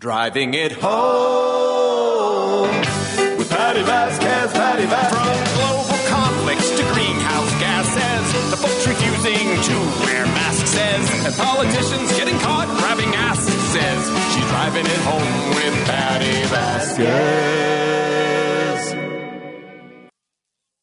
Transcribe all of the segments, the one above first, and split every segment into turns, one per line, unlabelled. Driving it home with Patty Vasquez, Patty Vasquez.
From global conflicts to greenhouse gases, the folks refusing to wear masks says, and politicians getting caught grabbing ass says, she's driving it home with Patty Vasquez.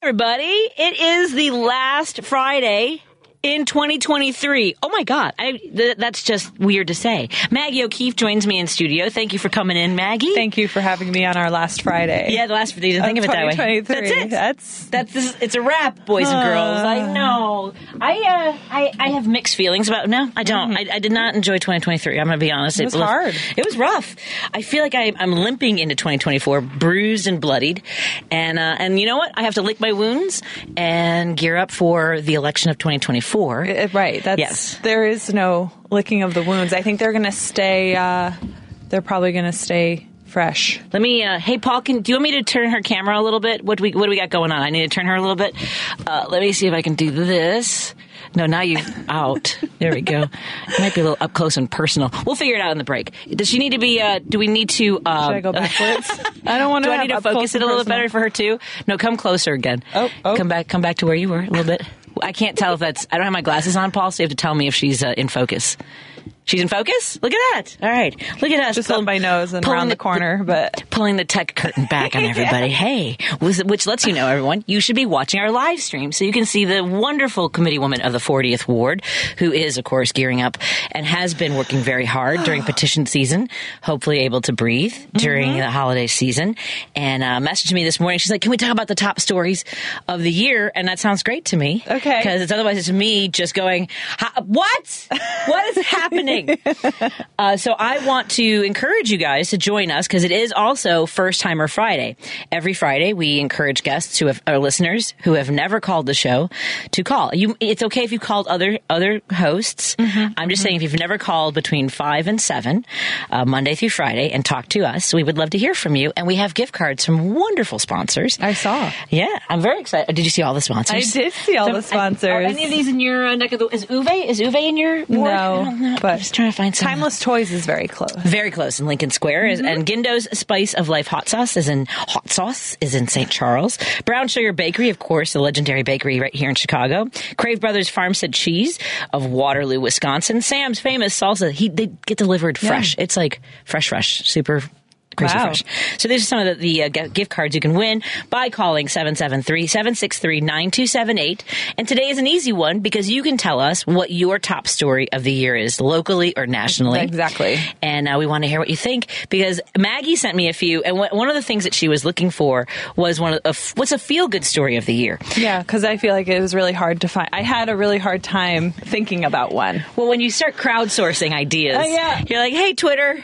everybody. It is the last Friday in 2023. Oh my God. I, th- that's just weird to say. Maggie O'Keefe joins me in studio. Thank you for coming in, Maggie.
Thank you for having me on our last Friday.
Yeah, the last Friday. Didn't think of it that way.
2023.
That's it.
That's-
that's this, it's a wrap, boys and girls.
Ah.
I know. I uh, I, I have mixed feelings about. No, I don't. I, I did not enjoy 2023. I'm gonna be honest. It
Mm-hmm. was hard.
It was rough. I feel like I, I'm limping into 2024, bruised and bloodied, and uh, and you know what? I have to lick my wounds and gear up for the election of 2024.
Uh, Right. That's,
Yes.
There is no licking of the wounds. I think they're going to stay, uh, they're probably going to stay fresh.
Let me. Uh, hey, Paul, can do you want me to turn her camera a little bit? What do we What do we got going on? I need to turn her a little bit. Uh, let me see if I can do this. No, now you out. There we go. It might be a little up close and personal. We'll figure it out in the break. Does she need to be? Uh, do we need to? Um,
Should I go backwards? I don't want
do
to
I need to focus it a little bit better for her too? No, come closer again.
Oh, oh.
come back. Come back to where you were a little bit. I can't tell if that's. I don't have my glasses on, Paul. So you have to tell me if she's uh, in focus. She's in focus. Look at that. All right. Look at us.
Just
pulling-
up my nose and
pulling
around the corner, but
pulling the tech curtain back on everybody. Hey, was- which lets you know, everyone, you should be watching our live stream so you can see the wonderful committee woman of the 40th Ward, who is, of course, gearing up and has been working very hard during petition season, hopefully able to breathe during the holiday season. And uh, messaged me this morning. She's like, can we talk about the top stories of the year? And that sounds great to me.
Okay.
Because it's otherwise it's me just going, "Ha- what? What is happening? Uh, so I want to encourage you guys to join us because it is also First Timer Friday. Every Friday, we encourage guests who have our listeners who have never called the show to call. You, it's okay if you called other other hosts.
Mm-hmm.
I'm just saying if you've never called between five and seven, uh, Monday through Friday, and talked to us, we would love to hear from you. And we have gift cards from wonderful sponsors.
I saw.
yeah, I'm very excited. Did you see all the
I
sponsors?
did see all the
So, I- Are
sponsors.
any of these in your uh, neck of the? Is Uve? Is Uve in your? Ward?
No,
I don't know.
but
I'm just trying to find some.
Timeless Toys is very close. Mm-hmm.
Very close in Lincoln Square, is, and Gindo's Spice of Life Hot Sauce is in Hot Sauce is in St. Charles. Brown Sugar Bakery, of course, the legendary bakery right here in Chicago. Crave Brothers Farmstead Cheese of Waterloo, Wisconsin. Sam's Famous Salsa, he they get delivered fresh. It's like fresh, fresh, super. Crazy
Wow.
fresh. So these are some of the, the uh, g- gift cards you can win by calling 773-763-9278. And today is an easy one because you can tell us what your top story of the year is locally or nationally.
Exactly.
And uh, we want to hear what you think because Maggie sent me a few, and wh- one of the things that she was looking for was one of a f- what's a feel good story of the year.
Yeah, because I feel like it was really hard to find. I had a really hard time thinking about one.
Well, when you start crowdsourcing ideas,
Uh, yeah.
you're like, hey, Twitter,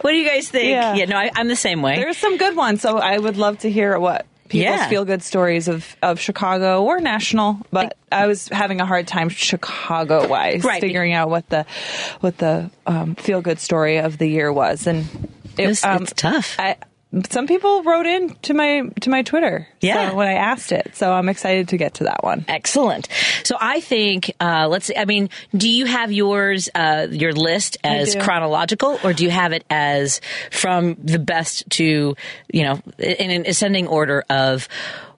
what do you guys think?
Yeah.
no, I, I'm the same way.
There's some good ones, so I would love to hear what people's
Yeah.
feel good stories of, of Chicago or national. But I was having a hard time Chicago wise
Right.
figuring out what the what the um, feel good story of the year was, and it, um,
It's- it's tough.
I, some people wrote in to my to my Twitter,
Yeah.
so when I asked it, so I'm excited to get to that one.
Excellent. So I think uh, let's. I mean, do you have yours uh, your list as
do.
chronological, or do you have it as from the best to you know in an ascending order of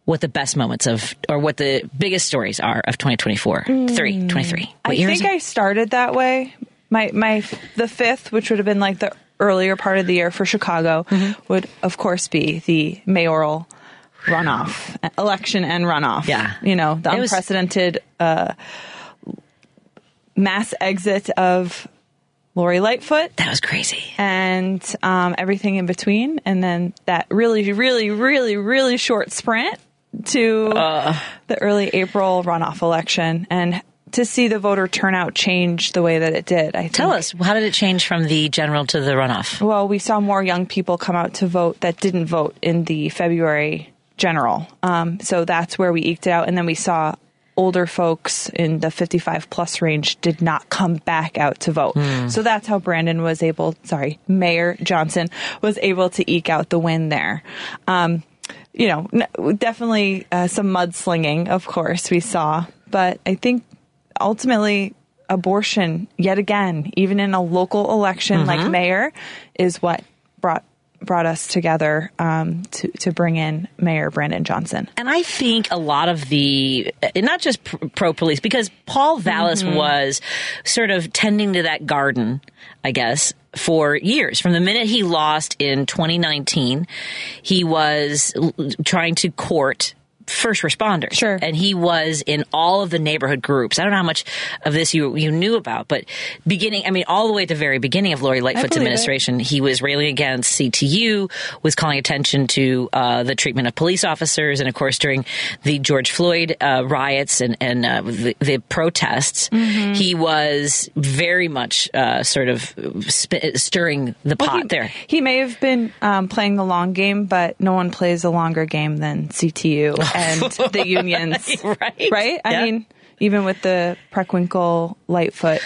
what the best moments of or what the biggest stories are of 2024? Three, 23. What
Hmm. I
year is
think
it?
I started that way. My my the fifth, which would have been like the earlier part of the year for Chicago,
Mm-hmm.
would of course be the mayoral runoff election and runoff.
Yeah.
you know the
It was-
unprecedented uh, mass exit of Lori Lightfoot
that was crazy.
and um, everything in between, and then that really, really, really, really short sprint to
Uh.
the early April runoff election, and to see the voter turnout change the way that it did. I think.
Tell us how did it change from the general to the runoff?
Well, we saw more young people come out to vote that didn't vote in the February general, um, so that's where we eked it out, and then we saw. Older folks in the 55 plus range did not come back out to vote. So that's how Brandon was able, sorry, Mayor Johnson was able to eke out the win there. Um, you know, n- definitely uh, some mudslinging, of course, we saw, but I think ultimately abortion yet again, even in a local election like mayor, is what brought brought us together um, to to bring in Mayor Brandon Johnson.
And I think a lot of the, and not just pr- pro police, because Paul Vallis
Mm-hmm.
was sort of tending to that garden, I guess, for years. From the minute he lost in 2019, he was l- trying to court first responders.
Sure.
And he was in all of the neighborhood groups. I don't know how much of this you you knew about, but beginning, I mean, all the way at the very beginning of Lori Lightfoot's
believe it.
administration, he was railing against CTU, was calling attention to uh, the treatment of police officers, and of course during the George Floyd uh, riots and and uh, the, the protests,
Mm-hmm.
he was very much uh, sort of sp- stirring the pot
he,
there.
He may have been um, playing the long game, but no one plays a longer game than CTU and the unions.
Right.
Right? I
Yeah.
mean, even with the Preckwinkle Lightfoot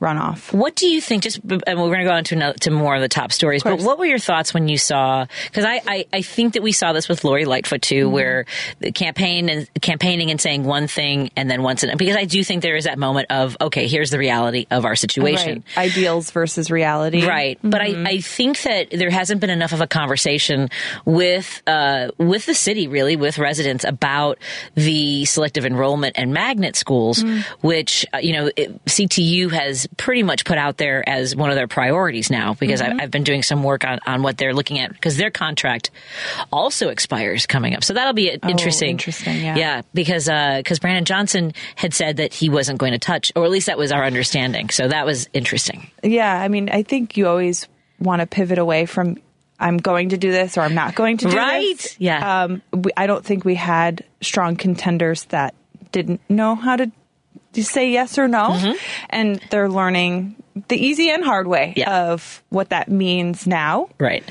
runoff.
What do you think? Just and we're going to go on to another, to more of the top stories. But
course.
what were your thoughts when you saw? Because I, I I think that we saw this with Lori Lightfoot too,
Mm-hmm.
where the campaign and campaigning and saying one thing and then once and because I do think there is that moment of okay, here's the reality of our situation.
Right. Ideals versus reality. Mm-hmm.
Right, but I, I think that there hasn't been enough of a conversation with uh, with the city, really, with residents about the selective enrollment and magnet schools,
Mm.
which uh, you know it, CTU has pretty much put out there as one of their priorities now. Because
Mm-hmm.
I, I've been doing some work on, on what they're looking at because their contract also expires coming up, so that'll be interesting.
Oh, interesting, yeah.
yeah, because because Brandon Johnson had said that he wasn't going to touch, or at least that was our understanding. So that was interesting.
Yeah. I mean, I think you always want to pivot away from I'm going to do this or I'm not going to do
Right.
this.
Yeah.
Um, we, I don't think we had strong contenders that didn't know how to d- say yes or no.
Mm-hmm.
And they're learning the easy and hard way
Yeah.
of what that means now.
Right.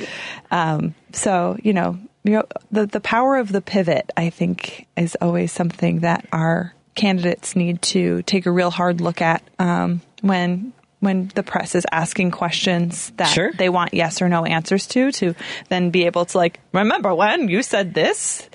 Um, so you know, you know, the the power of the pivot, I think, is always something that our candidates need to take a real hard look at um, when when the press is asking questions that
Sure.
they want yes or no answers to, to then be able to like remember when you said this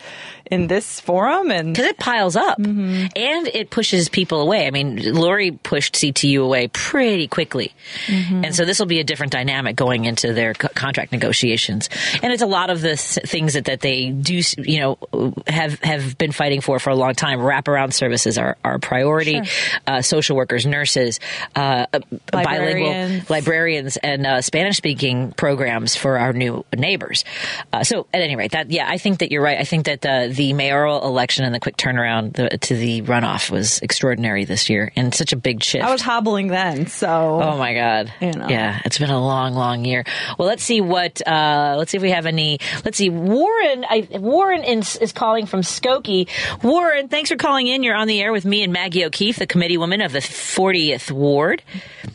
in this forum and Mm-hmm.
because it piles up Mm-hmm. and it pushes people away. I mean, Lori pushed CTU away pretty quickly, and so this will be a different dynamic going into their co- contract negotiations. And it's a lot of the s- things that, that they do, s- you know, have have been fighting for for a long time. Wraparound services are are a priority. Uh, social workers, nurses, uh, uh, bilingual
Librarians.
librarians, and uh, Spanish speaking programs for our new neighbors. Uh, so, at any rate, that yeah, I think that you're right. I think that the the mayoral election and the quick turnaround the, to the runoff was extraordinary this year, and such a big shift.
I was hobbling then, so
Oh my God!
You know.
Yeah, it's been a long, long year. Well, let's see what. Uh, let's see if we have any. Let's see. Warren, I, Warren is, is calling from Skokie. Warren, thanks for calling in. You're on the air with me and Maggie O'Keefe, the committee woman of the 40th ward,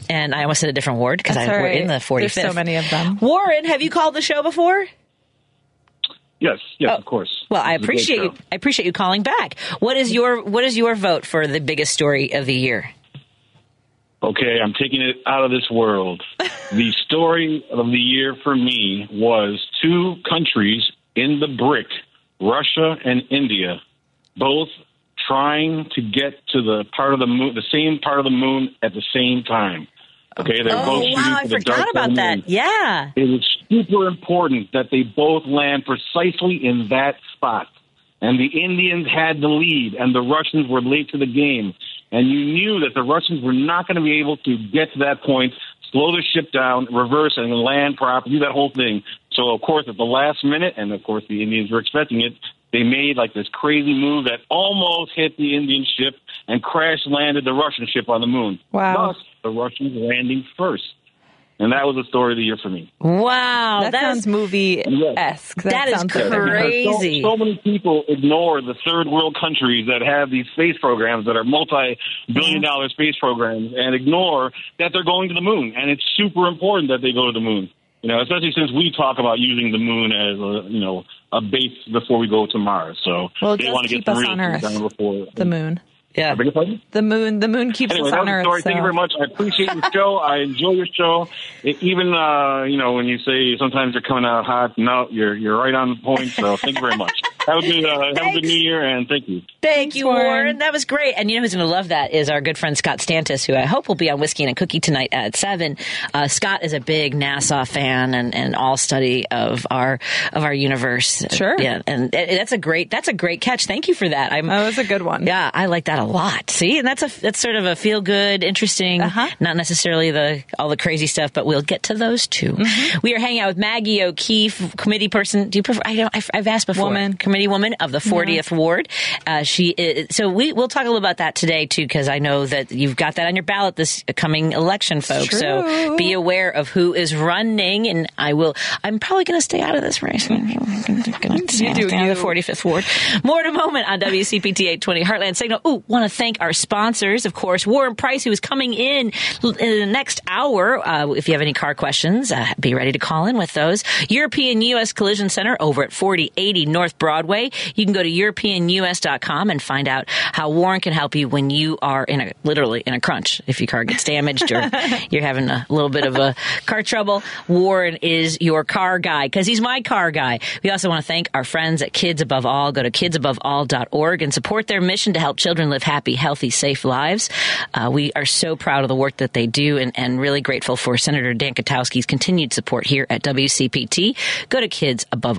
and I almost said a different ward because
That's
I
all
we're
right.
in the 45th.
There's so many of them.
Warren, have you called the show before?
Yes, yes, of course.
Oh, Well, I
This is a great
appreciate you.
show.
I appreciate you calling back. What is your What is your vote for the biggest story of the year?
Okay, I'm taking it out of this world. the story of the year for me was two countries in the brick, Russia and India, both trying to get to the part of the moon, the same part of the moon at the same time. Okay, they're both shooting
Oh, wow!
for
I
the dark
forgot
side of
about
the
that.
moon.
Yeah.
It is super important that they both land precisely in that spot. And the Indians had the lead, and the Russians were late to the game. And you knew that the Russians were not going to be able to get to that point, slow the ship down, reverse, and land properly, do that whole thing. So, of course, at the last minute, and of course, the Indians were expecting it, they made like this crazy move that almost hit the Indian ship and crash landed the Russian ship on the moon.
Wow.
Thus, the Russians landing first. And that was the story of the year for me.
Wow.
that,
that
sounds
is-
movie esque.
That is
sounds
correct.
perfect.
Crazy.
So, so many people ignore the third world countries that have these space programs that are multi billion dollar space programs and ignore that they're going to the moon. And it's super important that they go to the moon. You know, especially since we talk about using the moon as a you know a base before we go to Mars. So
Well,
they
just
want to
keep
get some
us
real
on
things
Earth.
done before
The moon.
yeah.
Beg your pardon?
The moon. The moon keeps
Anyway,
us
that
on
was the
Earth.
story. Thank you
so-
very much. I appreciate your show. I enjoy your show. E- Even uh, you know when you say sometimes you're coming out hot, no, you're you're right on point. So thank you very much. Have a good uh, have a
Thanks.
good New Year and thank you.
Thank you, Warren.
Warren.
That was great. And you know who's going to love that is our good friend Scott Stantis, who I hope will be on Whiskey and a Cookie tonight at seven. Uh, Scott is a big NASA fan and, and all study of our of our universe.
Sure.
Yeah, and th- that's a great that's a great catch. Thank you for that. I'm.
That was a good one.
yeah, I like that a lot. See, and that's a that's sort of a feel good, interesting,
Uh-huh.
not necessarily the all the crazy stuff, but we'll get to those too.
Mm-hmm.
We are hanging out with Maggie O'Keefe, committee person. Do you prefer? I don't. I've, I've asked before.
Woman.
committee woman of the 40th ward. Uh, she is, so we we'll talk a little about that today too, because I know that you've got that on your ballot this coming election, folks. So
true.
be aware of who is running, and I will. I'm probably going to stay out of this race. Gonna stay
do
out of the
you.
45th ward. More in a moment on WCPT 820 Heartland Signal. Ooh, want to thank our sponsors, of course, Warren Price, who is coming in l- in the next hour. Uh, if you have any car questions, uh, be ready to call in with those. European U.S. Collision Center over at 4080 North Broadway. You can go to EuropeanUS.com and find out how Warren can help you when you are in a literally in a crunch. If your car gets damaged or you're having a little bit of a car trouble, Warren is your car guy because he's my car guy. We also want to thank our friends at Kids Above All. Go to kidsaboveall.org and support their mission to help children live happy, healthy, safe lives. Uh, we are so proud of the work that they do and, and really grateful for Senator Dan Katowski's continued support here at WCPT. Go to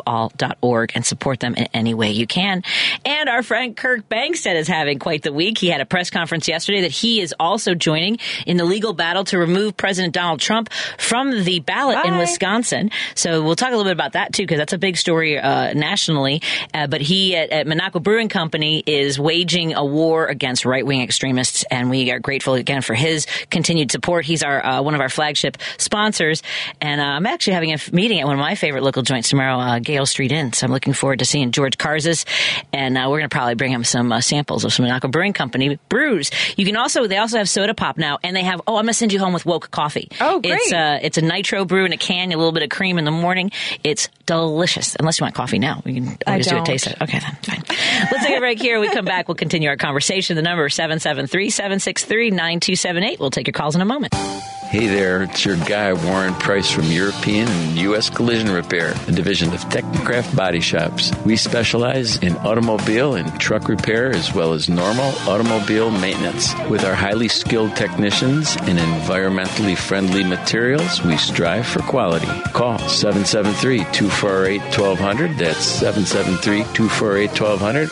kidsaboveall.org and support them in any way you can. And our friend Kirk Bangstead is having quite the week. He had a press conference yesterday that he is also joining in the legal battle to remove President Donald Trump from the ballot in
Bye.
Wisconsin. So we'll talk a little bit about that too, because that's a big story uh, nationally. Uh, but he at, at Monaco Brewing Company is waging a war against right wing extremists, and we are grateful again for his continued support. He's our uh, one of our flagship sponsors, and uh, I'm actually having a f- meeting at one of my favorite local joints tomorrow, uh, Gale Street Inn. So I'm looking forward to seeing George Karzis, and uh, we're going to probably bring him some uh, samples of some Monaco Brewing Company brews. You can also they also have soda pop now, and they have oh I'm going to send you home with woke coffee.
Oh, great.
It's uh, it's a nitro brew in a can, a little bit of cream in the morning. It's delicious. Unless you want coffee now, we can
I
always do a
don't.
taste test. Okay, then fine. Let's take a break here. We come back. We'll continue our conversation. The number is 773-763-9278. We'll take your calls in a moment.
Hey there, it's your guy Warren Price from European and U.S. Collision Repair, a division of Technocraft Body Shops. We specialize in automobile and truck repair as well as normal automobile maintenance. With our highly skilled technicians and environmentally friendly materials, we strive for quality. Call 773-248-1200. That's 773-248-1200 or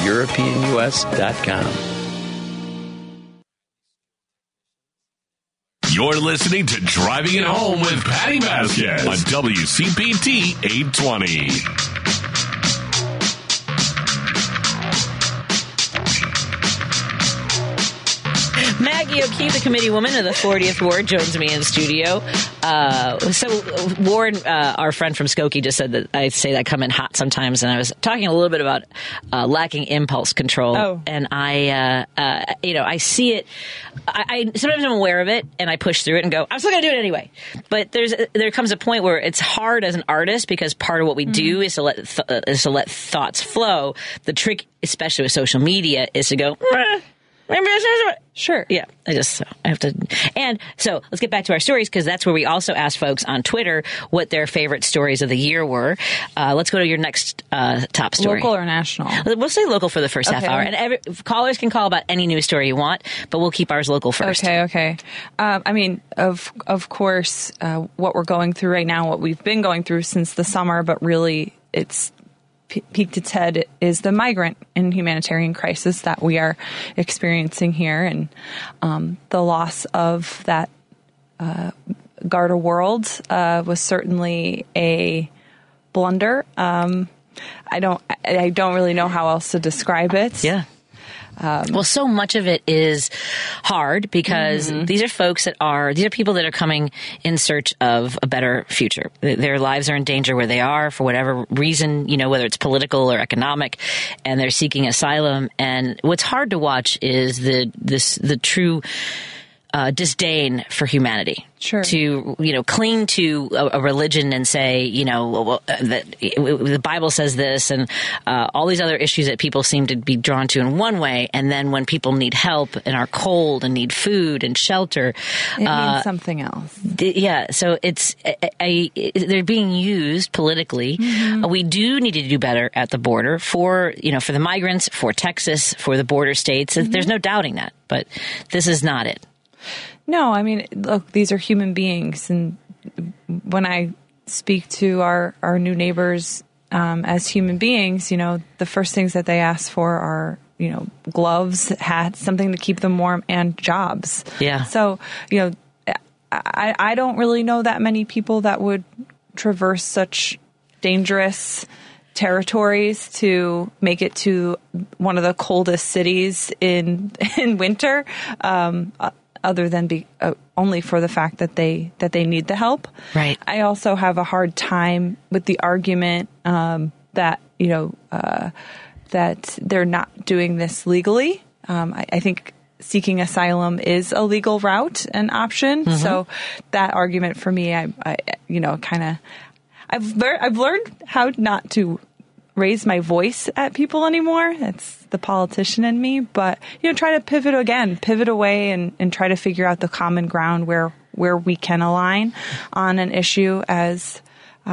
EuropeanUS.com.
You're listening to Driving It Home with Patty Vasquez on WCPT 820.
Maggie O'Keefe, the committee woman of the 40th Ward, joins me in studio. Uh, so, uh, Warren, uh, our friend from Skokie, just said that I say that I come in hot sometimes, and I was talking a little bit about uh, lacking impulse control,
Oh.
and I, uh, uh, you know, I see it. I, I sometimes I'm aware of it, and I push through it and go, "I'm still going to do it anyway." But there's there comes a point where it's hard as an artist because part of what we do
Mm.
is to let th- uh, is to let thoughts flow. The trick, especially with social media, is to go. "Meh, maybe I should-"
Sure.
yeah, I just I have to. And so let's get back to our stories because that's where we also asked folks on Twitter what their favorite stories of the year were. Uh, let's go to your next uh, top story. Uh,
Local or national?
We'll stay local for the first half
Okay.
hour, and every, callers can call about any news story you want, but we'll keep ours local first.
Okay, okay. Um, I mean, of of course, uh, what we're going through right now, what we've been going through since the summer, but really, it's pe- peaked its head is the migrant and humanitarian crisis that we are experiencing here, and um, the loss of that uh, Garda world uh, was certainly a blunder. Um, I don't, I I don't really know how else to describe it.
Yeah. well, so much of it is hard because these are folks that are these are people that are coming in search of a better future. Th- Their lives are in danger where they are for whatever reason, you know, whether it's political or economic, and they're seeking asylum. And what's hard to watch is the this the true uh, disdain for humanity.
Sure.
To you know, cling to a, a religion and say you know well, uh, that the Bible says this, and uh, all these other issues that people seem to be drawn to in one way, and then when people need help and are cold and need food and shelter,
It
uh,
means something else.
D- yeah so it's a, a, a- they're being used politically
Mm-hmm.
Uh, we do need to do better at the border for you know for the migrants for texas for the border states
Mm-hmm.
there's no doubting that but this is not it
No, I mean, look, these are human beings, and when I speak to our our new neighbors um, as human beings, you know, the first things that they ask for are you know gloves, hats, something to keep them warm, and jobs.
Yeah.
So you know, I I don't really know that many people that would traverse such dangerous territories to make it to one of the coldest cities in in winter um, o- other than be uh, only for the fact that they that they need the help
Right.
i also have a hard time with the argument um, that you know uh, that they're not doing this legally um, I, I think seeking asylum is a legal route an option so that argument for me i, I you know kind of I've learned I've learned how not to raise my voice at people anymore. That's the politician in me, but you know, try to pivot again, pivot away and, and try to figure out the common ground where where we can align on an issue as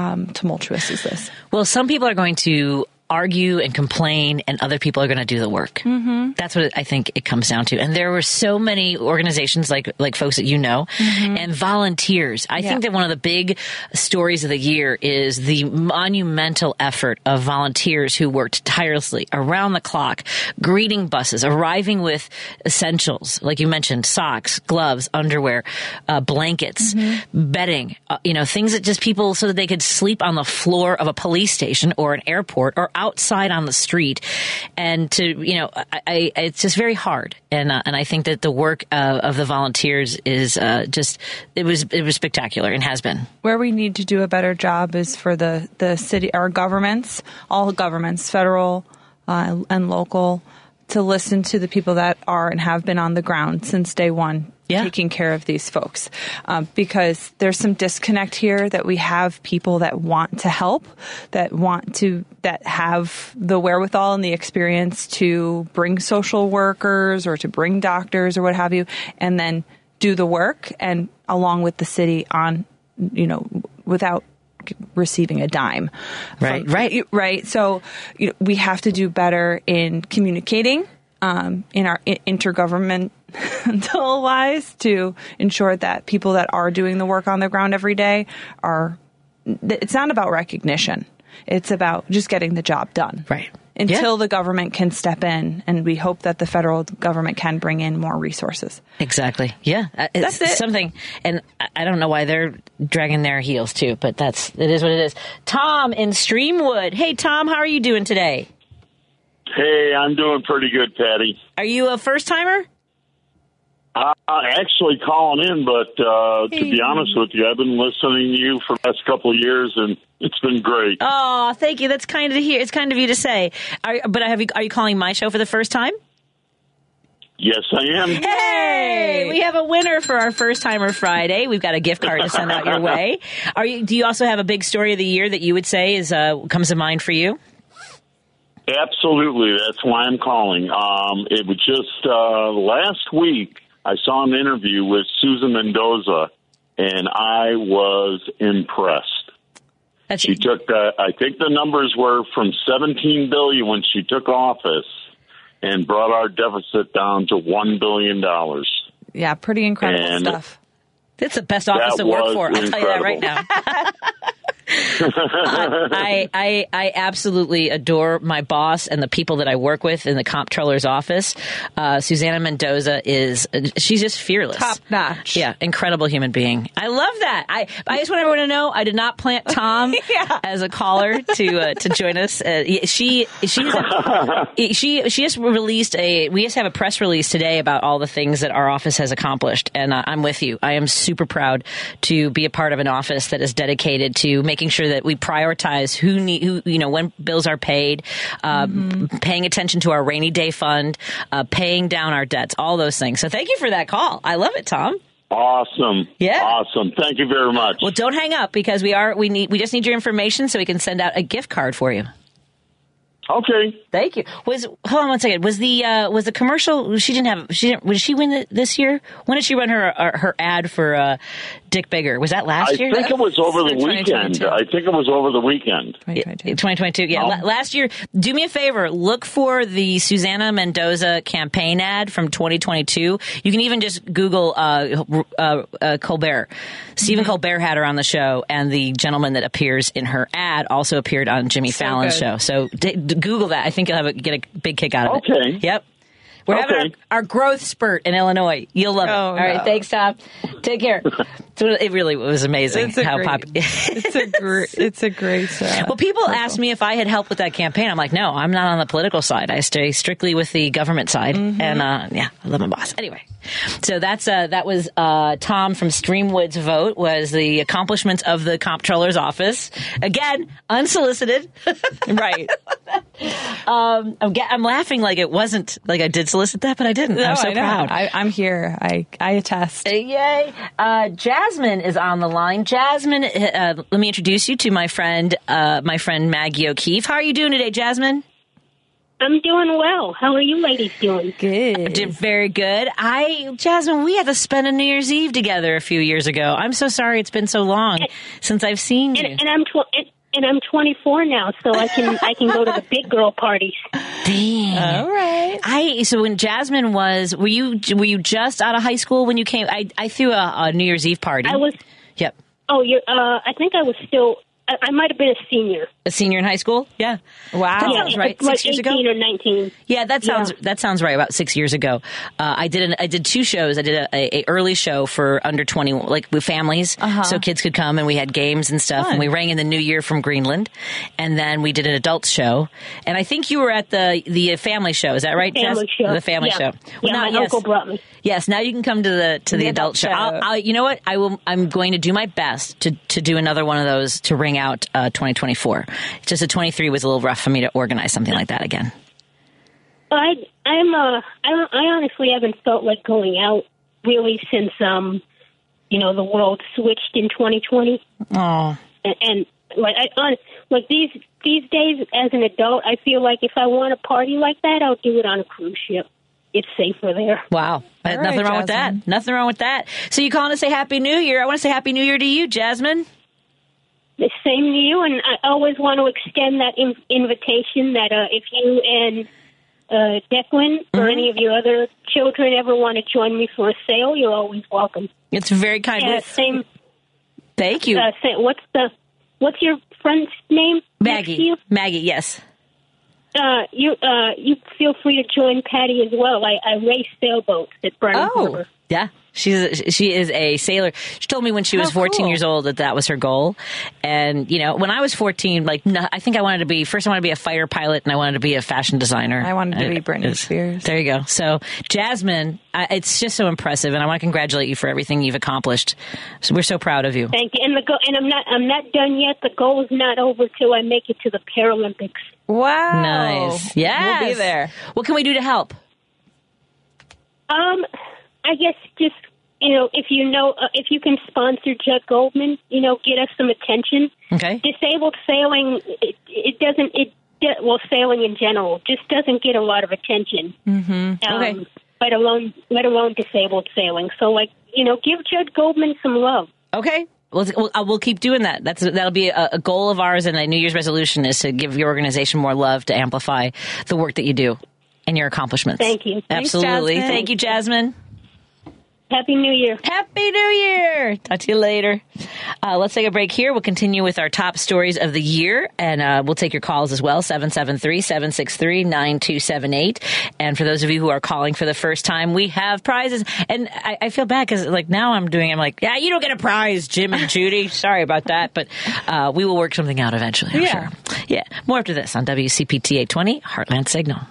um, tumultuous as this.
well some people are going to argue and complain and other people are going to do the work mm-hmm. that's what i think it comes down to and there were so many organizations like like folks that you know and volunteers i think
Yeah.
that one of the big stories of the year is the monumental effort of volunteers who worked tirelessly around the clock greeting buses arriving with essentials like you mentioned socks gloves underwear uh, blankets
Mm-hmm.
bedding uh, you know things that just people so that they could sleep on the floor of a police station or an airport or outside on the street and to you know I, I it's just very hard and uh, and I think that the work uh, of the volunteers is uh, just it was it was spectacular and has been
where we need to do a better job is for the, the city, our governments, all governments, federal uh, and local, to listen to the people that are and have been on the ground since day one.
Yeah.
Taking care of these folks um, because there's some disconnect here that we have people that want to help, that want to, that have the wherewithal and the experience to bring social workers or to bring doctors or what have you, and then do the work and along with the city on you know, without receiving a dime.
Right, right.
right. So you know, we have to do better in communicating um, in our i- intergovernmental wise to ensure that people that are doing the work on the ground every day are. th- It's not about recognition. It's about just getting the job done.
Right.
Until
Yeah.
the government can step in, and we hope that the federal government can bring in more resources.
exactly yeah Uh, it's
That's it.
something and I- I don't know why they're dragging their heels too but that's it is what it is Tom in Streamwood hey Tom how are you doing today
Hey, I'm doing pretty good, Patty.
are you a first timer
I I actually calling in, but uh, to be honest with you, I've been listening to you for the last couple of years, and it's been great.
oh thank you that's kind of hear it's kind of you to say are, but have you are you calling my show for the first time
yes, I am.
Hey, we have a winner for our first timer Friday. We've got a gift card to send out your way. Are you? Do you also have a big story of the year that you would say is uh, comes to mind for you?
Absolutely, that's why I'm calling. Um, it was just uh, last week I saw an interview with Susan Mendoza, and I was impressed.
That's
She took, uh, I think the numbers were from 17 billion when she took office, and brought our deficit down to one billion dollars.
Yeah, pretty incredible
And-
stuff.
that's the best office
That
to work
was
for. I'll tell you that right now. Um, I, I I absolutely adore my boss and the people that I work with in the comptroller's office. Uh, Susanna Mendoza is she's just fearless,
Top notch.
Yeah, incredible human being. I love that. I I just want everyone to know I did not plant Tom
Yeah.
as a caller to uh, to join us. Uh, yeah, she she's a- she she just released a we just have a press release today about all the things that our office has accomplished, and uh, I'm with you. I am super proud to be a part of an office that is dedicated to making sure sure that we prioritize who need who you know when bills are paid, uh, paying attention to our rainy day fund, uh, paying down our debts, all those things. So thank you for that call. I love it, Tom.
Awesome.
Yeah.
Awesome. Thank you very much.
Well, don't hang up because we are we need we just need your information so we can send out a gift card for you.
okay.
Thank you. Was hold on one second. Was the uh, was the commercial? She didn't have. She didn't. Did she win it this year? When did she run her her, her ad for uh, Dick Bigger? Was that last
I
year?
think it was over the
It's
weekend.
2022.
I think it was over the weekend.
2022.
2022. Yeah,
Um,
la- last year. Do me a favor. Look for the Susanna Mendoza campaign ad from 2022. You can even just Google uh, uh, uh, Colbert.
Mm-hmm.
Stephen Colbert had her on the show, and the gentleman that appears in her ad also appeared on Jimmy
So
Fallon's
good.
show. So d- d- Google that. I think you'll have a, get a big kick out of it.
Okay.
Yep. We're having
Okay.
our, our growth spurt in Illinois. You'll love it.
Oh,
All right.
no.
Thanks, Tom. Take care. So it really was amazing
It's a
how
great-
popular.
It's a great. It's a great. Uh,
Well, people asked me if I had helped with that campaign. I'm like, no, I'm not on the political side. I stay strictly with the government side. And uh, yeah, I love my boss. Anyway, so that's uh, that was uh, Tom from Streamwood's vote was the accomplishments of the comptroller's office. Again, unsolicited. Um,
right.
I'm, ga- I'm laughing like it wasn't like I did solicit that, but I didn't.
No,
I'm so
I know.
proud.
I, I'm here. I I attest.
Yay. Uh, Jasmine is on the line. Jasmine, uh, let me introduce you to my friend, uh, my friend Maggie O'Keefe. How are you doing today, Jasmine?
I'm doing well. How are you ladies doing?
Good.
Did very good. I, Jasmine, we had to spend a New Year's Eve together a few years ago. I'm so sorry it's been so long since I've seen
And,
you.
and I'm tw- and, and I'm 24 now, so I can I can go to the big girl parties.
Dang.
All right.
I so when Jasmine was were you were you just out of high school when you came? I I threw a, a New Year's Eve party.
I was
yep
oh you uh I think I was still I, I might have been a senior.
a senior in high school. Yeah.
Wow.
That
yeah,
sounds right.
like
Six years ago.
18 or 19.
Yeah, that sounds
Yeah.
that sounds right. About six years ago, uh, I did an, I did two shows. I did a, a, a early show for under twenty, like with families,
Uh-huh.
so kids could come, and we had games and stuff. And we rang in the new year from Greenland, and then we did an adult show. And I think you were at the the family show. Is that right?
Family
Jess?
show.
The family
yeah.
show.
Yeah,
now-
my uncle brought me.
Yes, now you can come to the to the,
adult
adult, show.
show.
I'll, I'll, you know what? I will. I'm going to do my best to to do another one of those to ring out uh, 2024. Just a 23 was a little rough for me to organize something like that again.
I I'm uh I, I honestly haven't felt like going out really since um you know the world switched in 2020.
Oh.
and, and like I on like these these days as an adult, I feel like if I want a party like that, I'll do it on a cruise ship. It's safer there.
Wow. Uh,
right,
Nothing wrong with that.
Jasmine.
Nothing wrong with that. So you calling to say Happy New Year. I want to say Happy New Year to you, Jasmine.
The same to you, and I always want to extend that in- invitation that uh, if you and uh, Declan
Mm-hmm.
or any of your other children ever want to join me for a sale, you're always welcome.
It's very kind.
Yeah,
Well,
same.
Thank you,
Uh, say, what's the what's your friend's name? next to
Maggie.
you?
Maggie, yes.
Uh, you uh, you feel free to join Patty as well. I, I race sailboats at Brian Harbor.
Oh, Yeah. She's a, she is a sailor. She told me when she was
How
14
Oh, cool.
years old that that was her goal. And you know, when I was 14, like no, I think I wanted to be first I wanted to be a fighter pilot and I wanted to be a fashion designer.
I wanted to be
Uh,
Britney
it's-
Spears.
There you go. So, Jasmine, I, it's just so impressive and I want to congratulate you for everything you've accomplished. So we're so proud of you.
Thank you. And the go- and I'm not I'm not done yet. The goal is not over till I make it to the Paralympics.
Wow.
Nice. Yes.
Oh, We'll be there.
What can we do to help?
Um, I guess just you know if you know uh, if you can sponsor Chuck Goldman, you know, get us some attention.
Okay.
Disabled sailing, it, it doesn't it de- well sailing in general just doesn't get a lot of attention. Mm-hmm. Um,
Okay.
Let alone let alone disabled sailing. So like you know, give Judd Goldman some love.
Okay. We'll, we'll, uh, we'll keep doing that. That's that'll be a, a goal of ours and a New Year's resolution is to give your organization more love to amplify the work that you do and your accomplishments.
Thank you. Thanks,
Absolutely.
Jasmine.
Thank you, Jasmine.
Happy New Year.
Happy New Year. Talk to you later. Uh, let's take a break here. We'll continue with our top stories of the year, and uh, we'll take your calls as well 773 763 9278. And for those of you who are calling for the first time, we have prizes. And I, I feel bad because, like, now I'm doing, I'm like, yeah, you don't get a prize, Jim and Judy. Sorry about that. But uh, we will work something out eventually. I'm
Yeah.
Sure. Yeah. More after this on WCPT 820 Heartland Signal.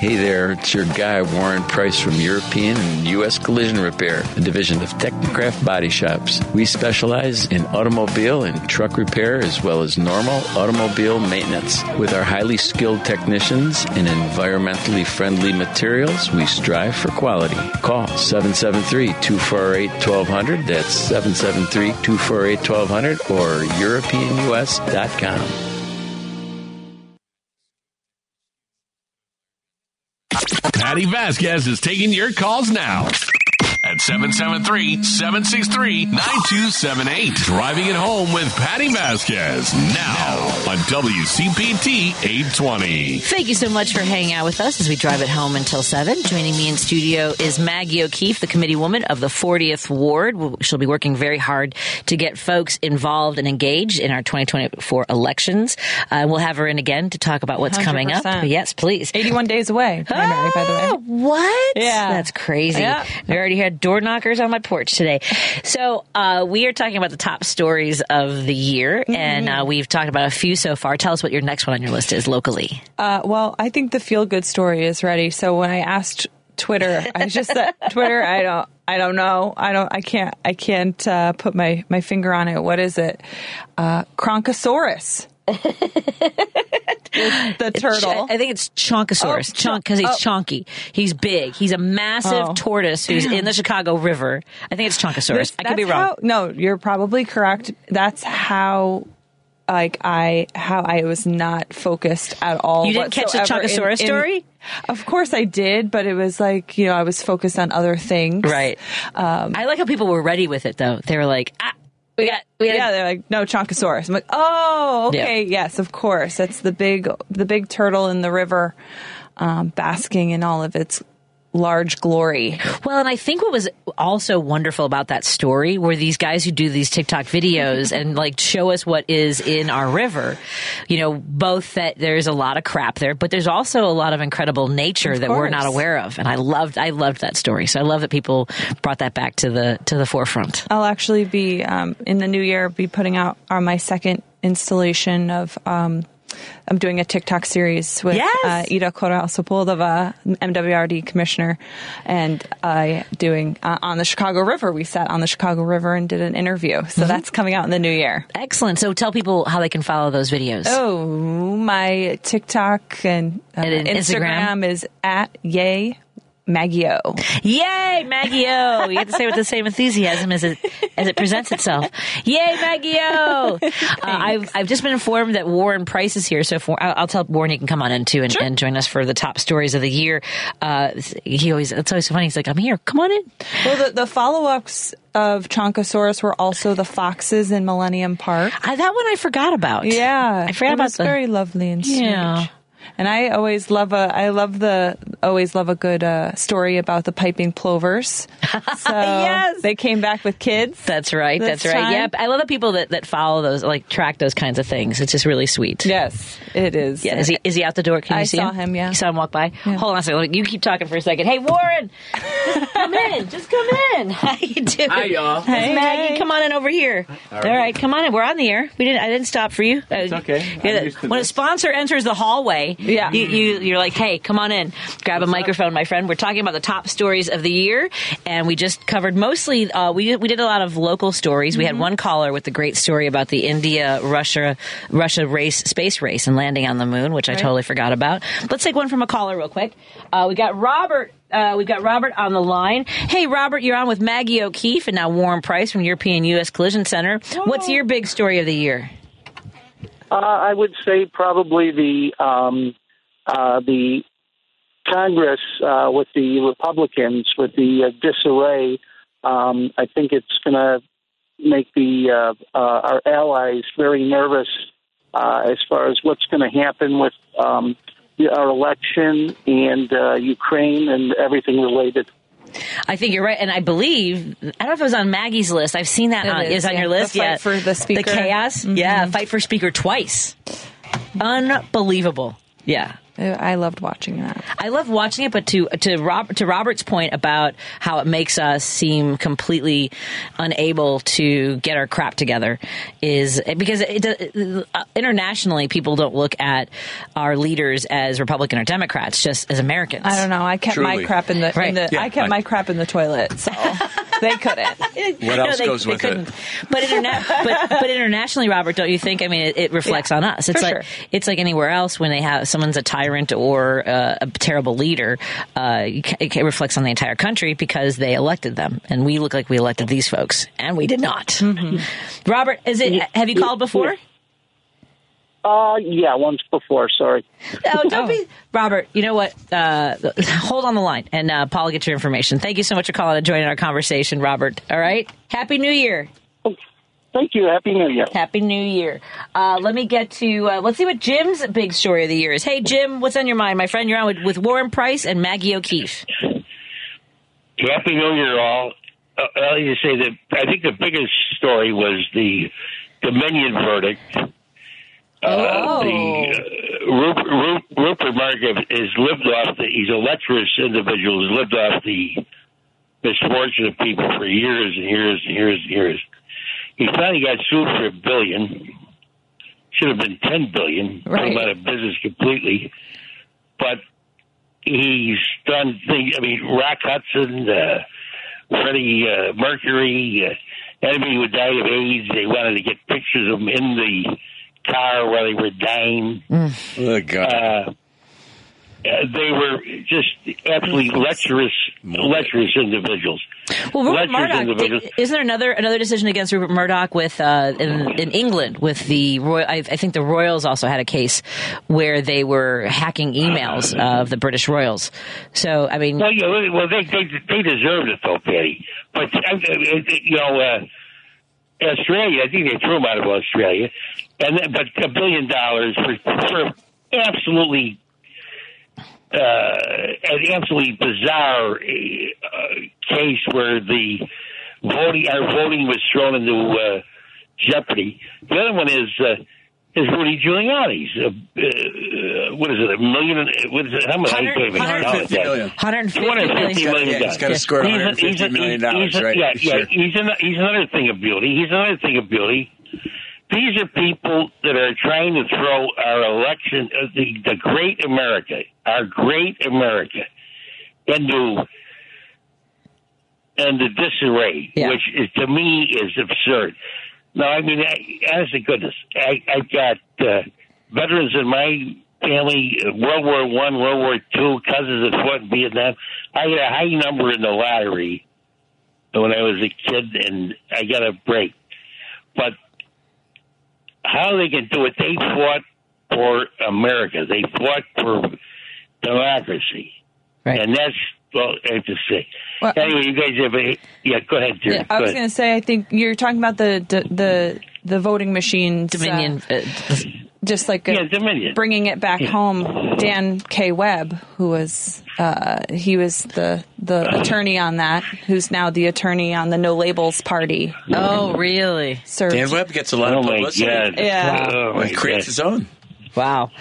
Hey there, it's your guy Warren Price from European and U.S. Collision Repair, a division of Technocraft Body Shops. We specialize in automobile and truck repair as well as normal automobile maintenance. With our highly skilled technicians and environmentally friendly materials, we strive for quality. Call 773-248-1200. That's 773-248-1200 or europeanus.com.
Patty Vasquez is taking your calls now at 773-763-9278. Driving it home with Patty Vasquez now on WCPT 820.
Thank you so much for hanging out with us as we drive it home until 7. Joining me in studio is Maggie O'Keefe, the committee woman of the 40th Ward. She'll be working very hard to get folks involved and engaged in our 2024 elections. Uh, we'll have her in again to talk about what's coming up.
100%.
Yes, please.
81 days away, primary, by the
Ah,
way.
What?
Yeah.
That's crazy.
Yeah.
We already had door knockers on my porch today. So, uh, we are talking about the top stories of the year,
Mm-hmm.
and uh, we've talked about a few so far. Tell us what your next one on your list is locally.
Uh, well, I think the feel good story is ready. So when I asked Twitter, I just said Twitter. I don't. I don't know. I don't. I can't. I can't uh, put my my finger on it. What is it? Uh, Cronkosaurus. It's the turtle.
Ch- I think it's Chonkosaurus.
Oh,
Chonk because he's
oh.
chonky. He's big. He's a massive
Oh.
tortoise who's in the Chicago River. I think it's Chonkosaurus.
This-
I could be
that's
wrong.
how- no, you're probably correct. That's how. Like I, how I was not focused at all.
you didn't catch the
whatsoever in-
Chonkosaurus
in-
story?
Of course I did, but it was like you know I was focused on other things. Um,
Right. I like how people were ready with it though. They were like, ah, we got, we got.
yeah, they're like, no, Chonkosaurus. I'm like, oh,
Yeah.
okay, yes, of course. That's the big, the big turtle in the river, um, basking in all of its large glory.
Well, and I think what was also wonderful about that story were these guys who do these TikTok videos and like show us what is in our river. You know, both that there's a lot of crap there, but there's also a lot of incredible nature that we're
course.
not aware of. And I loved, I loved that story. So I love that people brought that back to the to the forefront.
I'll actually be um, in the new year be putting out uh, my second installation of. Um, I'm doing a TikTok series with
Yes.
uh, Ida Corral Sepulveda, MWRD commissioner, and I doing uh, on the Chicago River. We sat on the Chicago River and did an interview. So that's coming out in the new year.
Mm-hmm. Excellent. So tell people how they can follow those videos.
Oh, my TikTok and, uh,
And an Instagram?
Instagram. is at yay Maggio.
Yay, Maggie O! You have to say it with the same enthusiasm as it as it presents itself. Yay, Maggie O! Uh, I've I've just been informed that Warren Price is here, so if, Wa- I'll, I'll tell Warren you can come on in too and, and join us for the top stories of the year. Uh, he always it's always so funny. He's like, I'm here, come on in.
Well, the, the follow ups of Chonkosaurus were also the foxes in Millennium Park.
I, that one I forgot about.
Yeah,
I
Oh,
forgot
it
about
was
the-
very lovely and sweet.
Yeah.
And I always love a I love the always love a good uh, story about the piping plovers. So
Yes.
they came back with kids.
That's right.
This
that's right.
time?
Yep. I love the people that, that follow those, like track those kinds of things. It's just really sweet.
yes, it is.
Yeah, is he is he out the door? Can you
I
see
saw
him?
him, yeah.
you saw him walk by. Hold on a second. Let me- You keep talking for a second. Hey, Warren, just come in. Just come in. How you doing? Hi, y'all.
Hey,
Maggie,
hey.
come on in over here. All right. come on in. We're on the air. We didn't. I didn't stop for you. Uh, It's
okay. I'm used to
when a
this.
sponsor enters the hallway,
Yeah.
you, you you're like, hey, come on in. Grab a microphone, my friend. We're talking about the top stories of the year, and we just covered mostly. Uh, we we did a lot of local stories.
Mm-hmm.
We had one caller with the great story about the India Russia Russia race space race and landing on the moon, which I totally forgot about. Let's take one from a caller real quick. Uh, we got Robert. Uh, we've got Robert on the line. Hey, Robert, you're on with Maggie O'Keefe and now Warren Price from European U.S. Collision Center. What's your big story of the year?
Uh, I would say probably the um, uh, the Congress uh, with the Republicans with the uh, disarray. Um, I think it's going to make the uh, uh, our allies very nervous uh, as far as what's going to happen with um, the, our election and uh, Ukraine and everything related.
I think you're right, and I believe I don't know if it was on Maggie's list. I've seen that
It
on, is,
is,
on
yeah.
your list.
The fight
yeah,
for the speaker. Mm-hmm.
chaos. Yeah, fight for speaker twice. Unbelievable. Yeah,
I loved watching that.
I love watching it, but to to Rob, to Robert's point about how it makes us seem completely unable to get our crap together is because it, it, uh, internationally people don't look at our leaders as Republican or Democrats, just as Americans.
I don't know. I kept
Truly.
my crap in the,
Right.
in the
Yeah,
I kept
I-
my crap in the toilet, so they couldn't.
What
No,
else
they-
goes
they
with it?
couldn't. But, interna- but but internationally, Robert, don't you think? I mean, it, it reflects on us. It's
for
like
sure.
it's like anywhere else when they have someone's a tyrant or uh, a terrible leader, uh, it ca- it reflects on the entire country because they elected them, and we look like we elected these folks, and we did not.
Mm-hmm.
Robert, is it? Have you called before?
Uh, yeah, once before. Sorry.
Oh, don't be, Robert. You know what? Uh, hold on the line, and uh, Paul will get your information. Thank you so much for calling and joining our conversation, Robert. All right, Happy New Year.
Thank you. Happy New Year.
Happy New Year. Uh, let me get to, uh, let's see what Jim's big story of the year is. Hey, Jim, what's on your mind? My friend, you're on with, with Warren Price and Maggie O'Keefe.
Happy New Year, all. Uh, I'll just say that I think the biggest story was the Dominion verdict.
Oh.
Uh,
Oh.
the uh, Rupert, Rupert, Rupert Murdoch has lived off the. He's a lecherous individual. Has lived off the misfortune of people for years and years and years and years. He finally got sued for a billion. Should have been ten billion. Put him
Right.
out of business completely. But he's done things. I mean, Rock Hudson, uh, Freddie uh, Mercury, uh, anybody who died of AIDS, they wanted to get pictures of them in the car while they were dying.
Oh, God.
Uh, uh, they were just absolutely lecherous, lecherous individuals.
Well, Rupert
Lecherous
Murdoch,
individuals.
did- isn't there another another decision against Rupert Murdoch with uh, in, in England with the Royal? I, I think the Royals also had a case where they were hacking emails
Uh,
of the British Royals. So, I mean,
Well, yeah, well, well, they they they deserved it though, Patty. But I, I, you know, uh, Australia, I think they threw him out of Australia, and then, but a billion dollars for for absolutely uh, an absolutely bizarre uh, case where the voting our voting was thrown into uh, jeopardy. The other one is. Uh, is Rudy Giuliani's? Uh, uh, what is it? A million? What is it? How much? I can't even
Hundred-
count
$150
that.
million.
150
250
million.
million.
Yeah, he's got to score
He's a-
$150
he's a-
million,
he's a-
right?
Yeah, yeah.
Sure.
He's, an, he's another thing of beauty. He's another thing of beauty. These are people that are trying to throw our election, uh, the, the great America, our great America, into into disarray,
Yeah.
which is to me is absurd. No, I mean, I, honest to goodness, I, I've got uh, veterans in my family, uh, World War One, World War Two, cousins that fought in Vietnam. I had a high number in the lottery when I was a kid, and I got a break. But how they can do it? They fought for America. They fought for democracy,
Right.
and that's well, I have to say.
Well-
anyway, you guys have a yeah. Go ahead, Jerry.
I was
Go ahead.
going to say I think you're talking about the the the, the voting machines uh,
Dominion. uh,
just like a-
Yeah, Dominion.
bringing it back home. Dan K. Webb, who was uh, he was the the attorney on that, who's now the attorney on the No Labels Party.
oh, really?
Served.
Dan Webb gets a lot
Oh
of
my
publicity.
God!
Yeah.
Oh my
He creates
God.
his own.
Wow.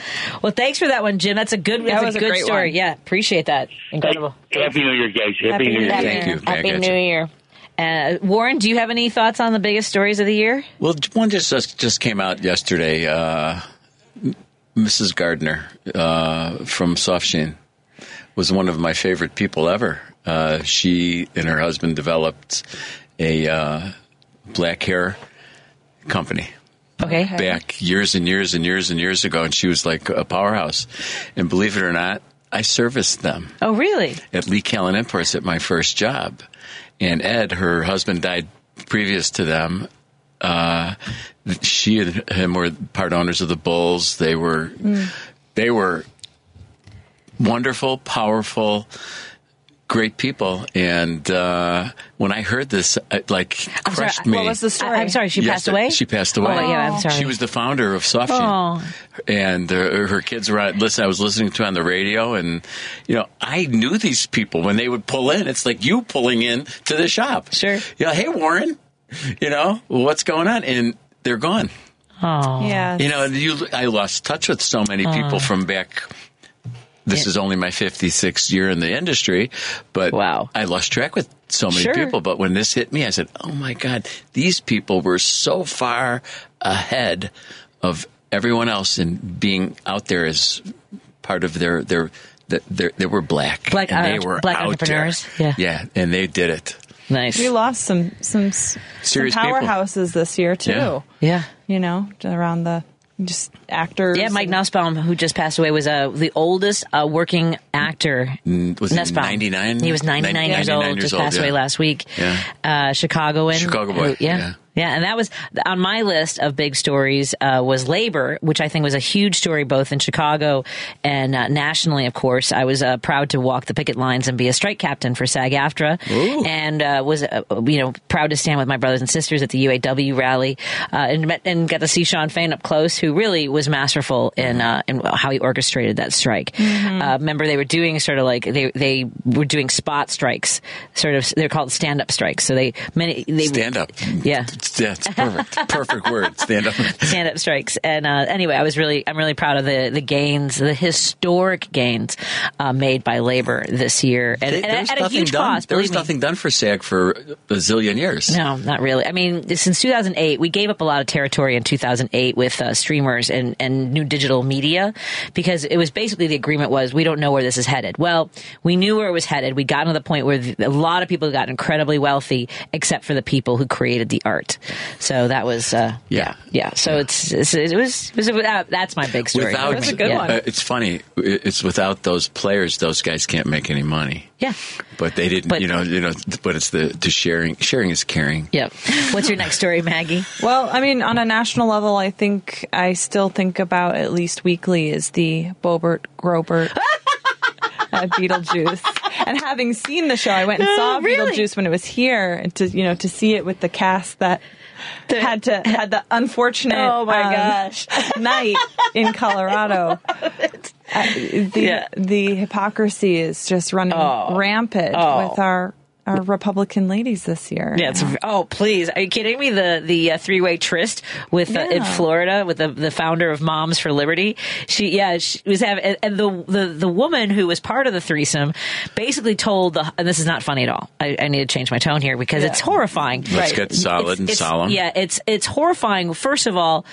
Well, thanks for that one, Jim. That's a good. That's
was
a
a
good
great
story.
one.
Yeah, appreciate that. Incredible.
Happy New Year, guys. Happy,
Happy
New Year.
New Year.
Thank you. Back
Happy
at
New
you.
Year. Uh, Warren, do you have any thoughts on the biggest stories of the year?
Well, one just just, just came out yesterday. Uh, M- Mrs. Gardner uh, from Soft Sheen was one of my favorite people ever. Uh, she and her husband developed a uh, black hair company
Okay.
back years and years and years and years ago, and she was like a powerhouse. And believe it or not, I serviced them
Oh, really?
at Lee Callan Imports at my first job. And Ed, her husband, died previous to them. Uh, she and him were part owners of the Bulls. They were, they were wonderful, powerful, great people. And uh, when I heard this, it like crushed me.
What was the story?
I, am sorry, she passed
Yesterday-
away.
She passed away.
Oh, yeah, I'm sorry.
She was the founder of Soft
Oh.
Shoe. And uh, her kids were on, listen, I was listening to on the radio and, you know, I knew these people when they would pull in. It's like you pulling in to the shop.
Sure.
You know, hey, Warren, you know, what's going on? And they're gone.
Oh.
Yeah.
Oh.
You know, you, I lost touch with so many people from back this is only my 56th year in the industry, but wow. I lost track with so many
Sure.
people. But when this hit me, I said, oh my God, these people were so far ahead of everyone else in being out there as part of their, their, their, their they were black.
Black,
and they
uh,
were
black
out there.
entrepreneurs. Yeah.
Yeah. And they did it.
Nice.
We lost some some, s- some
Serious people.
powerhouses this year too.
Yeah.
Yeah.
You know, around the just actors.
Yeah, Mike Nussbaum, who just passed away, was uh, the oldest uh, working actor.
Mm, Was it
Nussbaum.
99?
He was 99, years old,
99 years
just
old,
passed away
yeah.
last week.
Yeah.
Uh, Chicagoan.
Chicago
who-
boy,
yeah.
yeah.
yeah. and that was on my list of big stories uh, was labor, which I think was a huge story both in Chicago and uh, nationally. Of course, I was uh, proud to walk the picket lines and be a strike captain for SAG-AFTRA,
Ooh.
and uh, was uh, you know proud to stand with my brothers and sisters at the UAW rally, uh, and met, and got to see Sean Fain up close, who really was masterful in uh, in how he orchestrated that strike. Uh, remember, they were doing sort of like they they were doing spot strikes, sort of they're called stand up strikes. So they many they
Stand up.
yeah.
That's perfect. Perfect word. Stand up.
stand up strikes. And uh, anyway, I was really, I'm really proud of the the gains, the historic gains uh, made by labor this year, and, and
there was
at a
nothing
huge
done.
cost.
There was
believe me.
nothing done for SAG for a zillion years.
No, not really. I mean, since 2008, we gave up a lot of territory in 2008 with uh, streamers and, and new digital media because it was basically the agreement was we don't know where this is headed. Well, we knew where it was headed. We got to the point where the, a lot of people got incredibly wealthy, except for the people who created the art. So that was, uh,
Yeah.
yeah. So it's, it's it was, it was uh, that's my big story.
Without,
Yeah.
uh, it's funny. It's without those players, those guys can't make any money.
Yeah.
But they didn't, you know, you know. But it's the the sharing. Sharing is caring.
Yep. What's your next story, Maggie?
Well, I mean, on a national level, I think I still think about at least weekly is the Bobert Grobert at Beetlejuice. And having seen the show, I went and saw Beetlejuice when it was here, and to you know to see it with the cast that had to had the unfortunate
Oh my
um,
gosh.
night in Colorado. Uh, the the hypocrisy is just running rampant
Oh.
with our our Republican ladies this year.
Yeah, it's, oh please! Are you kidding me? The the uh, three way tryst with uh, in
Yeah.
Florida with the, the founder of Moms for Liberty. She yeah she was having and- and the the the woman who was part of the threesome basically told the and this is not funny at all. I, I need to change my tone here because it's horrifying.
Let's get solid and
it's-
solemn.
Yeah, it's it's horrifying. First of all,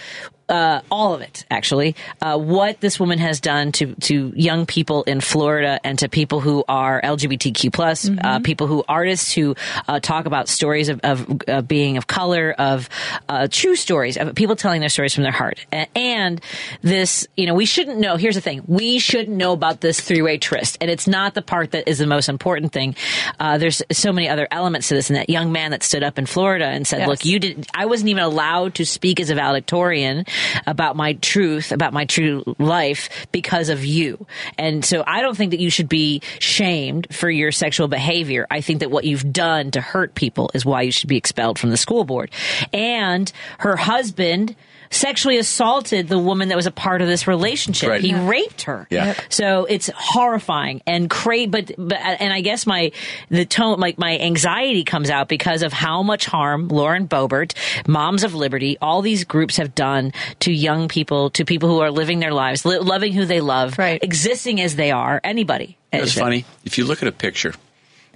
uh, all of it actually. Uh, what this woman has done to to young people in Florida and to people who are LGBTQ plus,
Mm-hmm.
uh, people who artists who uh, talk about stories of, of uh, being of color, of uh, true stories, of people telling their stories from their heart. A- And this, you know, we shouldn't know. Here's the thing: we shouldn't know about this three way tryst, and it's not the part that is the most important thing. Uh, there's so many other elements to this. And that young man that stood up in Florida and said,
Yes.
"Look, you did. I wasn't even allowed to speak as a valedictorian about my truth, about my true life, because of you." And so, I don't think that you should be shamed for your sexual behavior. I think that what you've done to hurt people is why you should be expelled from the school board. And her husband. Sexually assaulted the woman that was a part of this relationship.
Right.
He
Yeah.
raped her.
Yeah. Yep.
So it's horrifying and crazy, but, but, and I guess my, the tone, like my anxiety comes out because of how much harm Lauren Boebert, Moms of Liberty, all these groups have done to young people, to people who are living their lives, li- loving who they love, right. existing as they are, anybody.
It was funny. If you look at a picture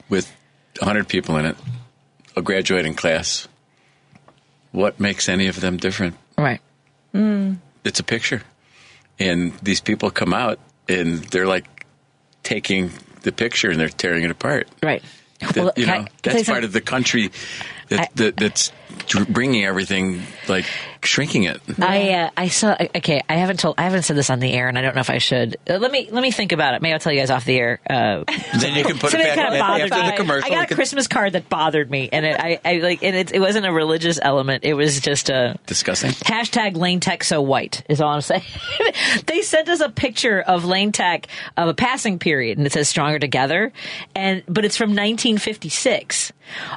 with 100 people in it, a graduating class, what makes any of them different?
Right.
Mm.
It's a picture. And these people come out and they're like taking the picture and they're tearing it apart.
Right.
That,
Well,
you
can I-
know,
can I say
that's part
something?
of the country that, that, that's dr- bringing everything, like shrinking it.
I uh, I saw okay. I haven't told I haven't said this on the air, and I don't know if I should. Uh, let me let me think about it. Maybe I'll tell you guys off the air. Uh,
Then you can put it
something
back
kinda
in after
bothered
the
me.
commercial.
I
We
got a
can-
Christmas card that bothered me, and it, I, I like and it, it wasn't a religious element. It was just a
Disgusting.
hashtag Lane Tech so white is all I'm saying. they sent us a picture of Lane Tech of a passing period, and it says "Stronger Together," and but it's from 1956,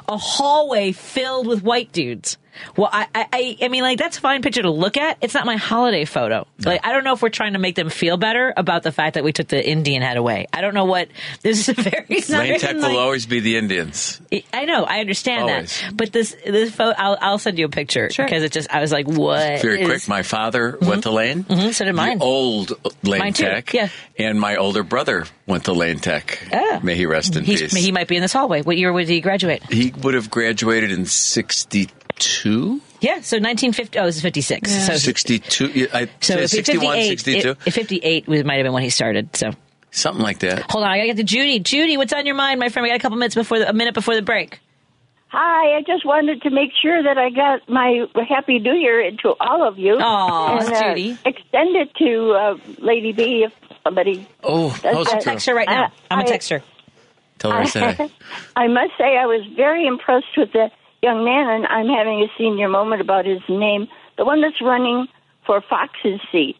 a hallway filled with white dudes. Well, I, I- I, I mean, like that's a fine picture to look at. It's not my holiday photo. Like, I don't know if we're trying to make them feel better about the fact that we took the Indian head away. I don't know what this is. A very
Lane Tech
like-
will always be the Indians.
I know, I understand
Always.
that, but this this photo, I'll, I'll send you a picture because it just I was like, what?
Very
is-
quick. My father went to Lane.
Mhm, so did mine.
The old Lane
Mine too,
Tech.
yeah.
And my older brother went to Lane Tech.
Ah.
May he rest in
He's,
peace.
he might be in this hallway. What year would he graduate?
He would have graduated in 62?
Yeah, so 1950. Oh, this is 56. So,
62. I say
so if he-
61,
58,
62.
If, if 58 was- might have been when he started. So
something like that.
hold on, I gotta get to Judy. Judy, what's on your mind, my friend? We got a couple minutes before the, a minute before the break.
Hi, I just wanted to make sure that I got my Happy New Year into all of you.
Aw,
and, uh,
Judy.
Extend it to uh, Lady B if somebody.
Oh, that was
I'll
a
text
girl.
her right now. I'm gonna
I-
text her.
Tell her I said hi.
I must say I was very impressed with the young man, and I'm having a senior moment about his name. The one that's running for Fox's seat.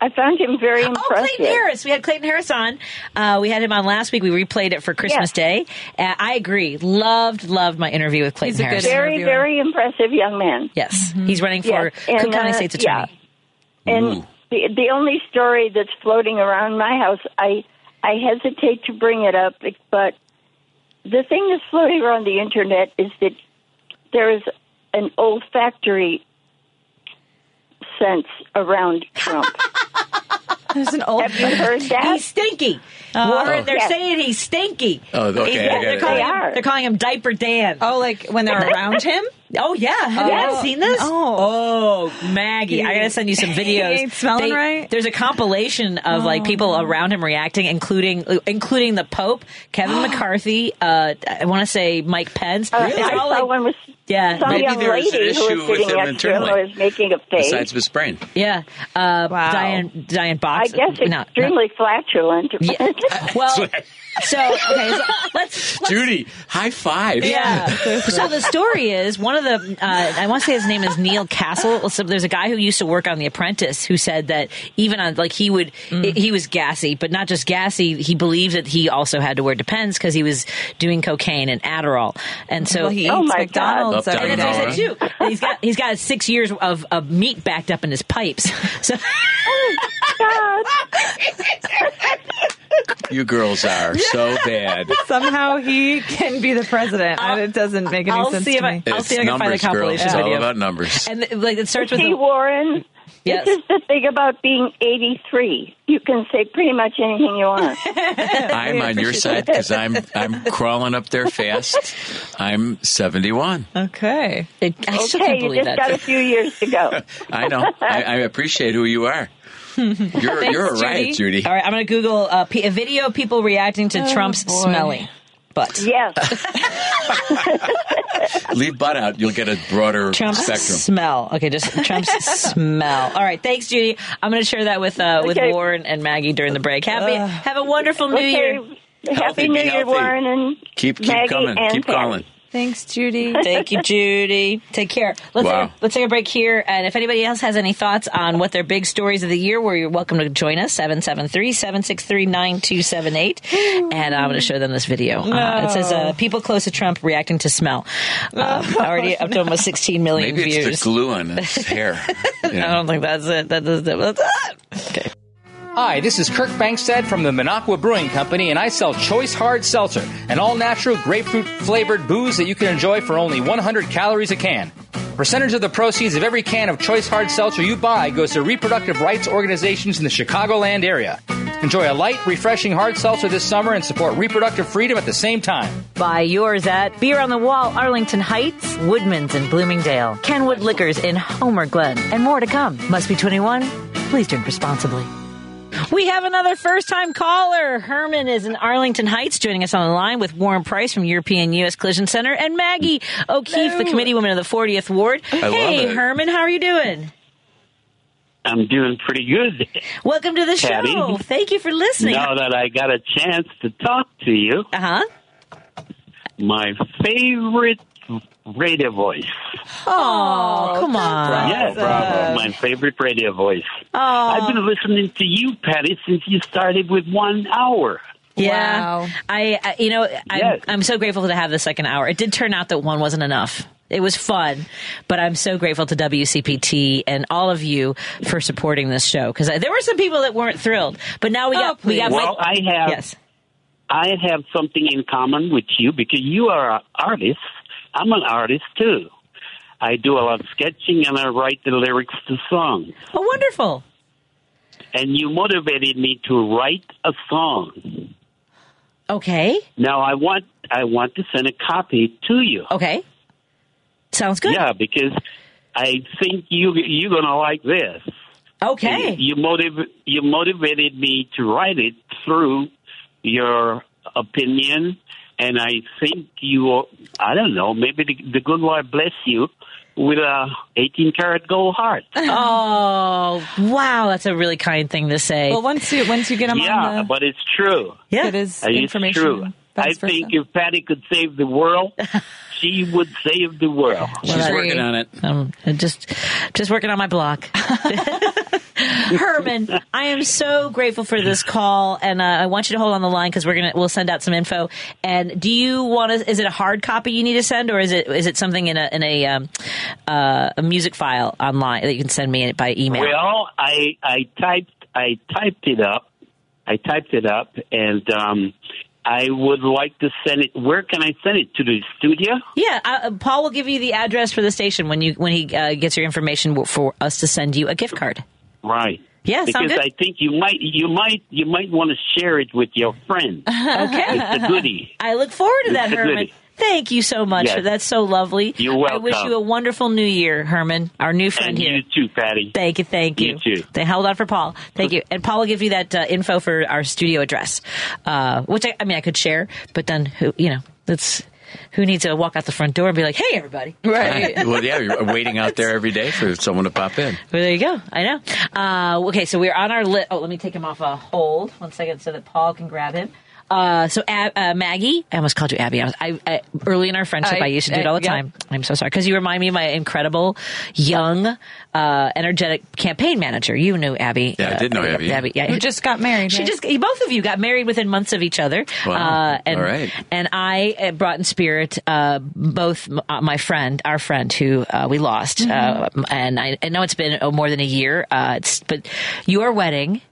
I found him very
Oh,
impressive.
Clayton Harris. We had Clayton Harris on. Uh, we had him on last week. We replayed it for Christmas Day. Uh, I agree. Loved, loved my interview with Clayton Harris.
very, very impressive young man.
Yes, he's running for
Yes, and,
Cook County
uh,
State's
yeah.
Attorney.
And the the only story that's floating around my house, I I hesitate to bring it up, but the thing that's floating around the internet is that there is an olfactory sense around Trump.
There's an old.
Have you heard that?
He's stinky. Warren, they're saying he's stinky.
Oh, okay,
He's-
I got
they're
it.
calling
They
him,
are.
They're calling him Diaper Dan.
Oh, like when they're around him?
Oh yeah, have you
Yes.
guys seen this? Oh, Maggie, I gotta send you some
He
videos.
ain't smelling
They-
right?
There's a compilation of like people around him reacting, including including the Pope, Kevin McCarthy. Uh, I want to say Mike Pence.
Uh,
It's
I
all
saw
like
one with
yeah,
some young lady who was sitting next to him who was making a face.
Besides his brain.
Yeah, uh, Diane Diane Box.
I guess
no, no.
extremely flatulent.
Uh, Well, so okay, so let's
Judy, high five.
Yeah. so the story is one of the uh, I want to say his name is Neil Castle. So there's a guy who used to work on The Apprentice who said that even on like he would
Mm.
he was gassy, but not just gassy. He believed that he also had to wear Depends because he was doing cocaine and Adderall, and so
Well, he Oh, eats my McDonald's God. every
And that's what he
day.
said, too. And He's got he's got six years of, of meat backed up in his pipes. So.
Oh,
You girls are so bad.
Somehow he can be the president. and it doesn't make any
I'll
sense
see
to
if I-
me.
I'll
It's
see if I can find the
numbers, girls.
compilation
It's all
video.
about numbers.
And like it starts with
See,
the-
Warren,
Yes.
this is the thing about being 83. You can say pretty much anything you want.
I'm on your side because I'm I'm crawling up there fast. I'm 71.
Okay.
I
still can't Okay, you believe just that. got a few years to go.
I know. I, I appreciate who you are. You're
Thanks,
you're right, Judy.
All right, I'm going to Google uh, p- a video of people reacting to
Oh,
Trump's
boy.
smelly butt.
Yes.
Leave butt out. You'll get a broader
Trump's
spectrum.
smell. Okay, just Trump's smell. All right, thanks, Judy. I'm going to share that with uh, with
Okay.
Warren and Maggie during the break. Happy,
Uh.
Ugh.
have a wonderful New
Okay,
Year.
Happy Healthy, New be Year, healthy. Warren, and
Keep keep
Maggie
coming.
and
Keep
Pat.
calling.
Thanks, Judy.
Thank you, Judy. Take care. Let's,
Wow.
take, a- let's take a break here. And if anybody else has any thoughts on what their big stories of the year were, you're welcome to join us 773 763 9278. And I'm going to show them this video. Uh, it says uh, People close to Trump reacting to smell. Um, already up to almost 16 million
Maybe
views.
it's the glue on his hair.
I don't think that's it. That is, that's it.
Hi, this is Kirk Bankstead from the Minocqua Brewing Company, and I sell Choice Hard Seltzer, an all natural grapefruit flavored booze that you can enjoy for only 100 calories a can. Percentage of the proceeds of every can of Choice Hard Seltzer you buy goes to reproductive rights organizations in the Chicagoland area. Enjoy a light, refreshing hard seltzer this summer and support reproductive freedom at the same time.
Buy yours at Beer on the Wall, Arlington Heights, Woodman's in Bloomingdale, Kenwood Liquors in Homer Glen, and more to come. Must be 21. Please drink responsibly. We have another first time caller. Herman is in Arlington Heights joining us on the line with Warren Price from European U.S. Collision Center and Maggie O'Keefe, the committee woman of the 40th Ward.
love
hey,
it.
Herman, how are you doing?
I'm doing pretty good.
Welcome to the
Patty.
show. Thank you for listening.
Now that I got a chance to talk to you,
uh huh.
My favorite radio voice.
Oh, come on.
yes, my favorite radio voice. I've been listening to you, Patty, since you started with one hour.
Yeah. I, I, you know, I'm, I'm so grateful to have the second hour. It did turn out that one wasn't enough. It was fun, but I'm so grateful to WCPT and all of you for supporting this show because there were some people that weren't thrilled, but now we
Oh,
got we got.
well, I have.
Yes.
I have something in common with you because you are an artist. I'm an artist too. I do a lot of sketching and I write the lyrics to songs.
Oh, wonderful!
And you motivated me to write a song.
Okay.
Now I want I want to send a copy to you.
Okay. Sounds good.
Yeah, because I think you you're gonna like this.
Okay.
You, you motiv- you motivated me to write it through your opinion, and I think you I don't know maybe the, the good Lord bless you with a 18 karat gold heart.
Oh wow, that's a really kind thing to say.
Well,
once you once you get
yeah, but it's true.
Yeah.
It is
it's
information
True. I
vice
think if Patty could save the world, she would save the world.
it. Um, just, just working on my block. Herman, I am so grateful for this call, and uh, I want you to hold on the line because we're gonna we'll send out some info. And do you want to? Is it a hard copy you need to send, or is it is it something in a in a um, uh, a music file online that you can send me by email?
Well, I I typed I typed it up. I typed it up, and um, I would like to send it. Where can I send it to the studio?
Yeah, uh, Paul will give you the address for the station when you when he uh, gets your information for us to send you a gift card.
Right.
Yeah, sound
because
good.
I think you might you might you might want to share it with your friend.
Okay.
it's a goodie.
I look forward to
It's
that,
a
Herman.
goodie.
Thank you so much.
Yes.
That's so lovely.
You're welcome.
I wish you a wonderful new year, Herman, our new friend
And
here.
you too, Patty.
Thank you. Thank you.
You too.
They held on for Paul. Thank you. And Paul will give you that uh, info for our studio address, uh, which I, I mean, I could share, but then who, you know, that's who needs to walk out the front door and be like, hey, everybody.
well, yeah, you're waiting out there every day for someone to pop in.
Well, there you go. I know. Uh, okay, so we're on our list. Oh, let me take him off a hold one second so that Paul can grab him. Uh, so Ab- uh, Maggie, I almost called you Abby. I, was- I, I early in our friendship, I,
I-
used to do it
I-
all the
yeah.
time. I'm so sorry because you remind me of my incredible, young, uh, energetic campaign manager. You knew Abby.
Yeah, I
Uh,
did know Abby.
yeah.
Who just got married,
She
right?
just both of you got married within months of each other. Uh,
Wow.
and,
All right.
And I uh, brought in spirit uh, both m- uh, my friend, our friend who uh, we lost, uh,
Mm-hmm.
m- and I, I know it's been oh, more than a year. Uh, it's, but your wedding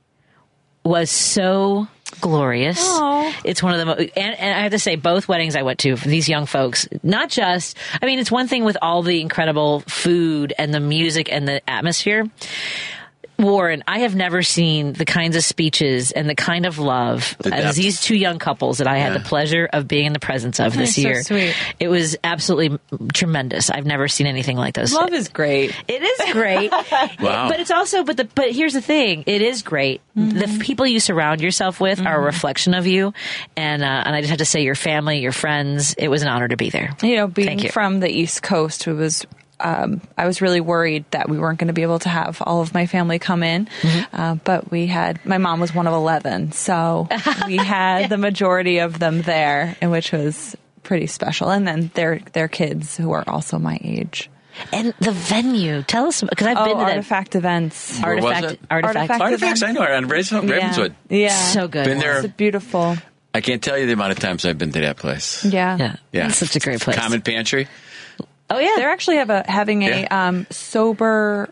was so glorious.
Aw.
It's one of the mo- and, and I have to say both weddings I went to for these young folks. Not just I mean it's one thing with all the incredible food and the music and the atmosphere. Warren, I have never seen the kinds of speeches and the kind of love
The
as
depth.
these two young couples that I had
Yeah.
the pleasure of being in the presence of
That's
this
so
year.
sweet.
It was absolutely tremendous. I've never seen anything like this.
Love is great.
It is great.
Wow.
But it's also but the but here's the thing. It is great. The people you surround yourself with are a reflection of you, and uh, and I just have to say your family, your friends. It was an honor to be there.
you know, being
Thank you.
from the East Coast, it was. Um, I was really worried that we weren't going to be able to have all of my family come in,
Mm-hmm.
uh, but we had. My mom was one of eleven, so we had the majority of them there, and which was pretty special. And then their their kids who are also my age.
And the venue, tell us because I've
oh,
been to that-
artifact events.
Where was it?
Artifact,
Artifacts, I know, on Ravens- Ravenswood.
Yeah, yeah.
So good.
Been there.
It's beautiful.
I can't tell you the amount of times I've been to that place.
Yeah.
Yeah.
Yeah.
Such a great place.
Common Pantry.
Oh yeah,
they're actually have a having a um, sober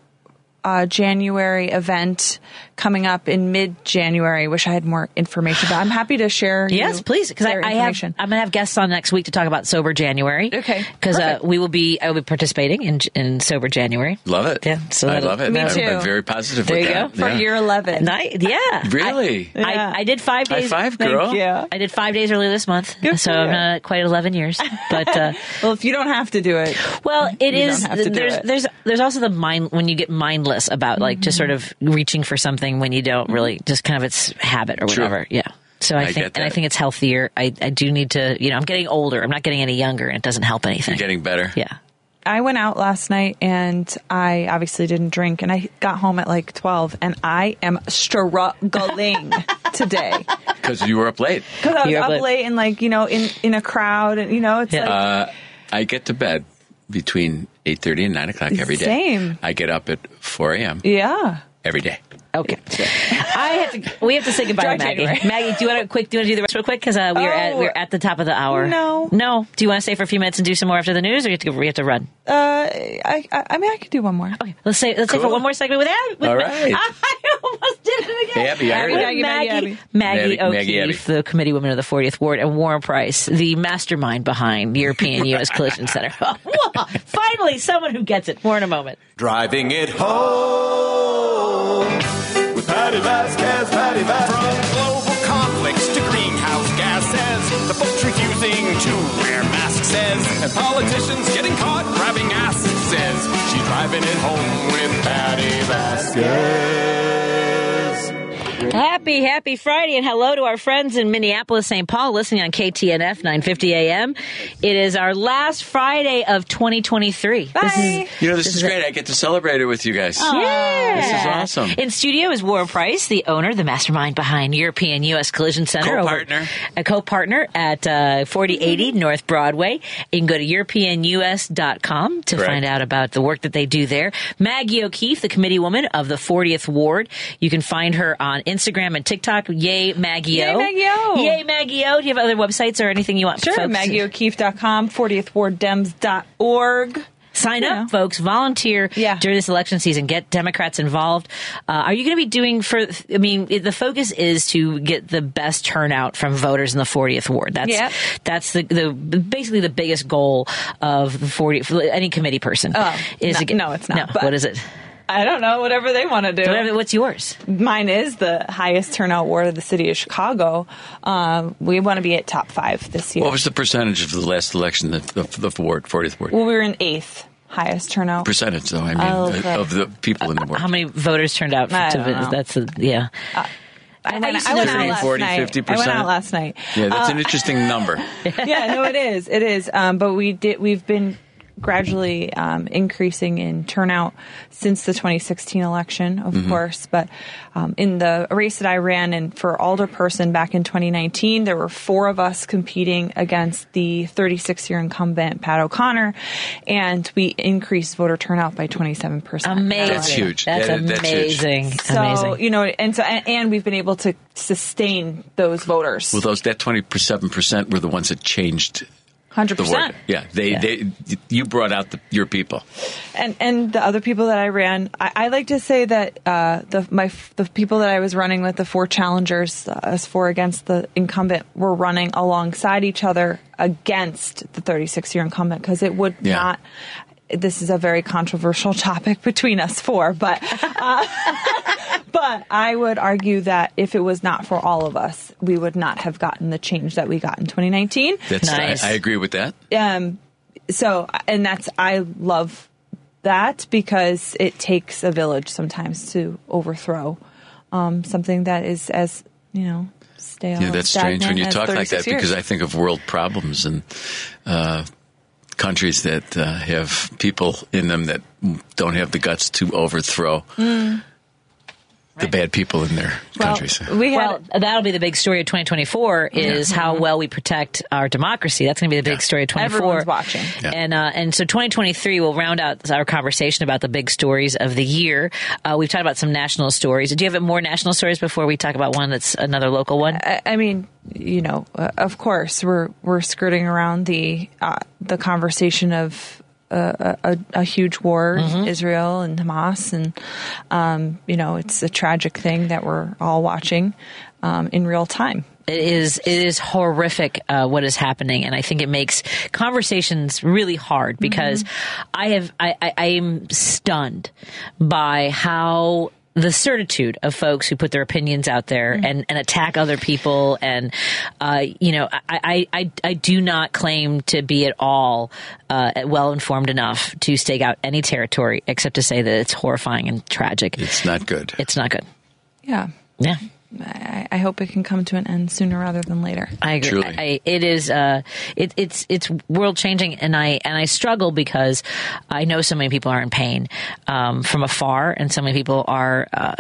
uh, January event coming up in mid January. Wish I had more information, but I'm happy to share.
Yes,
you
please. Because I,
their
I have,
information.
I'm gonna have guests on next week to talk about sober January. Okay, because uh, we will be, I will be participating in in sober January.
Love it.
Yeah, so
I
that'll-
love it.
Me
I'm,
too.
I'm very positive
There
with
you
that.
go. For
yeah.
your-
11.
Night, yeah.
Really?
I, I, I did five
High
days.
five, girl. Thank you.
I did five days earlier this month, so
for
I'm
you.
not quite at 11 years. But uh,
well, if you don't have to do it,
well, it
you
is.
don't have to do
there's
it.
there's there's also the mind when you get mindless about like just sort of
Mm-hmm.
reaching for something when you don't really just kind of it's habit or
Sure.
whatever. Yeah. So I,
I
think
get
and I
that.
think it's healthier. I, I do need to you know I'm getting older. I'm not getting any younger, and it doesn't help anything.
You're getting better.
Yeah.
I went out last night and I obviously didn't drink, and I got home at like 12, and I am struggling today
Because you were up late.
because I was up late. and like you know in in a crowd, and you know it's like
Uh, I get to bed between 8.30 and 9 o'clock every day.
Same.
I get up at 4 a.m.
yeah.
every day.
Okay. I have to, we have to say goodbye to
Dry
Maggie.
January.
Maggie, do you want to quick? Do you want to do the rest real quick? Because uh, we are at
Oh.
we're at the top of the hour.
No.
no. Do you want to stay for a few minutes and do some more after the news, or you have to, we have to run?
Uh, I, I, I mean, I could do one more. Okay,
let's say let's say for one more segment with Abby. with-
All right.
I almost did it again.
Abby, I heard
With
it. Maggie,
Maggie,
Maggie,
Maggie,
Maggie. Maggie, Abby.
O'Keefe, the committee woman of the 40th Ward, and Warren Price, the mastermind behind European U.S. Collision Center. Whoa, Finally, someone who gets it. More in a moment.
Driving it home with Patty Vasquez, Patty Vasquez. From global conflicts to greenhouse gases, the folks refusing to wear masks says, and politicians getting caught grabbing asses says, she's driving it home with Patty Vasquez.
Happy, happy Friday, and hello to our friends in Minneapolis, St. Paul, listening on KTNF 950 AM. It is our last Friday of 2023. Bye. This is,
You know, this, is great. I get to celebrate it with you guys.
Yeah.
This is awesome.
In studio is Warren Price, the owner, the mastermind behind European U.S. Collision Center.
Co-partner.
over- a co-partner at uh, 4080 North Broadway. You can go to EuropeanUS.com to
Correct.
find out about the work that they do there. Maggie O'Keefe, the committee woman of the 40th Ward. You can find her on Instagram and TikTok. Yay, Maggie O.
Yay, Maggie O.
Yay, Maggie O. Do you have other websites or anything you want
Sure,
folks to-
MaggieO'Keefe.com, 40thWardDems.org.
Sign up, folks. Volunteer during this election season. Get Democrats involved. Uh, are you going to be doing for? I mean, it- the focus is to get the best turnout from voters in the 40th ward. That's
Yeah.
that's the, the basically the biggest goal of the 40 for any committee person.
Oh,
is
no-
to get-
no, it's not,
No,
but-
what is it?
I don't know, whatever they want to do.
Whatever- what's yours?
Mine is the highest turnout ward of the city of Chicago. Um, we want to be at top five this year.
What was the percentage of the last election of of the ward, 40th ward?
well, we were in eighth highest turnout.
Percentage, though, I mean,
Oh, okay.
of the people in the ward.
How many voters turned out?
I
to-
don't know.
That's the yeah.
I went,
used
I
to
went
know
out
that.
last
40,
night.
50%.
I went out last night.
Yeah, that's
Uh,
an interesting number.
yeah, no, it is. It is. Um, but we did. We've been gradually um, increasing in turnout since the 2016 election, of
Mm-hmm.
Mhm.
course. But um, in the race that I ran and for alderperson back in 2019, there were four of us competing against the 36-year incumbent Pat O'Connor, and we increased voter turnout by 27 percent.
Amazing. That's huge. That's That is- that's huge. amazing.
So
Amazing.
you know, and so and, and we've been able to sustain those voters.
Well, those that twenty seven percent were the ones that changed
Hundred
the word.
percent.
Yeah, they they you brought out the, your people.
and and the other people that I ran, I, I like to say that uh, the my the people that I was running with, the four challengers, uh, us four against the incumbent, were running alongside each other against the 36 year incumbent because it would
Yeah.
not. This is a very controversial topic between us four, but uh, but I would argue that if it was not for all of us, we would not have gotten the change that we got in 2019
That's I, I agree with that.
um so and that's i love that because it takes a village sometimes to overthrow um something that is as you know stale
Yeah, that's strange when you talk like that because I
I.
think of world problems and uh, countries that uh, have people in them that don't have the guts to overthrow
Mm.
the bad people in their countries.
We well, that'll be the big story of 2024 is
Mm-hmm.
how well we protect our democracy. That's going to be the big story of 24.
Everyone's watching.
Yeah.
And uh, and so 2023 will round out our conversation about the big stories of the year. Uh, we've talked about some national stories. Do you have more national stories before we talk about one that's another local one?
I, I mean, you know, uh, of course, we're we're skirting around the uh, the conversation of uh, a, a, a huge war,
Mm-hmm.
Mhm.
Israel and Hamas, and um, you know, it's a tragic thing that we're all watching um, in real time.
It is it is horrific uh, what is happening, and I think it makes conversations really hard because
Mm-hmm.
I have I, I, I am stunned by how the certitude of folks who put their opinions out there
Mm-hmm.
and, and attack other people and uh, you know I, I, I, I do not claim to be at all uh, well informed enough to stake out any territory except to say that it's horrifying and tragic
it's not good
it's not good
Yeah,
yeah
I, I hope it can come to an end sooner rather than later.
I agree.
Truly.
I, I- it is. Uh, it, it's it's world changing, and I and I struggle because I know so many people are in pain um, from afar, and so many people are. Uh,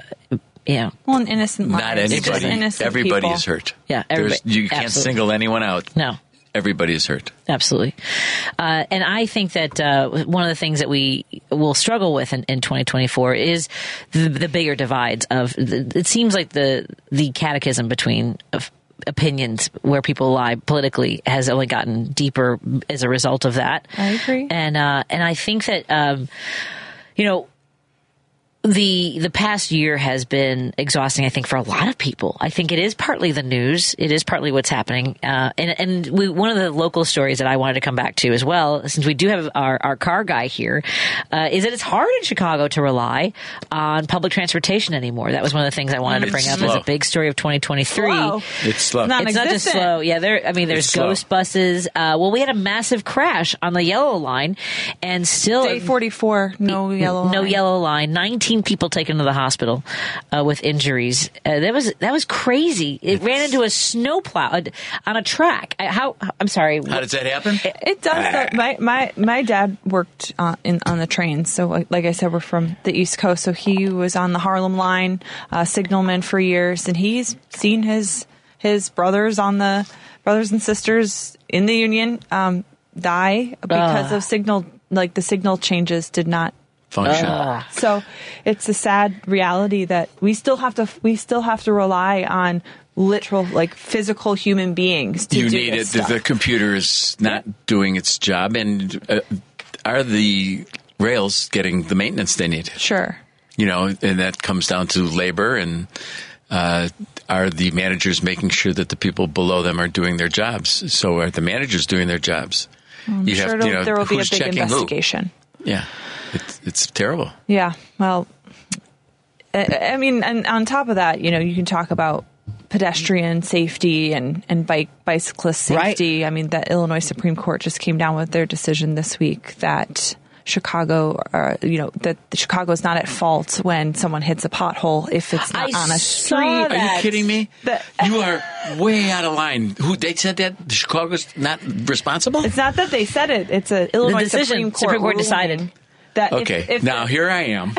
you know,
Well, an innocent
Not
lives.
anybody.
Innocent
Everybody
people.
is hurt.
Yeah,
There's-
everybody.
you can't
Absolutely.
single anyone out.
No.
Everybody is hurt.
Absolutely. Uh, and I think that uh, one of the things that we will struggle with in, in 2024 is the, the bigger divides of the, it seems like the the catechism between of opinions where people lie politically has only gotten deeper as a result of that.
I agree.
And uh, and I think that um, you know the the past year has been exhausting. I think for a lot of people. I think it is partly the news. It is partly what's happening. Uh, and and we, one of the local stories that I wanted to come back to as well, since we do have our our car guy here, uh, is that it's hard in Chicago to rely on public transportation anymore. That was one of the things I wanted to
Mm, It's
bring up as
slow.
a big story of 2023
It's slow.
it's not just slow. Yeah, there. I mean, there's
It's slow.
ghost buses. Uh, well, we had a massive crash on the yellow line, and still day
44, no yellow,
no yellow line. 19 people taken to the hospital uh, with injuries. Uh, that was that was crazy. It ran into a snowplow uh, on a track. I, how? I'm sorry.
How does that happen? Ah.
It does. Though. My my my dad worked uh, in on the trains, so like, like I said, we're from the East Coast. So he was on the Harlem line, uh, signalman for years, and he's seen his his brothers on the brothers and sisters in the union um, die because
Ugh.
of signal like the signal changes did not
Function.
so it's a sad reality that we still have to we still have to rely on literal like physical human beings to
you
do
need it.
this
The,
stuff.
the computer is not doing its job, and uh, are the rails getting the maintenance they need?
Sure.
You know, and that comes down to labor and. Uh, are the managers making sure that the people below them are doing their jobs? So are the managers doing their jobs?
I'm
You have-
sure
you
it'll-
know,
there will be a
who's
big
checking who?
investigation.
Yeah, it's, it's terrible.
Yeah. Well, I I mean, and on top of that, you know, you can talk about pedestrian safety and and bike bicyclist safety. I mean, the Illinois Supreme Court just came down with their decision this week that Chicago, uh, you know, that Chicago is not at fault when someone hits a pothole if it's not on a street.
Are you kidding me? you are way out of line. Who they said that Chicago's not responsible?
It's not that they said it. It's a Illinois
decision,
Supreme Court.
Supreme Court
ruling
decided.
that if-
Okay,
if,
now here I am,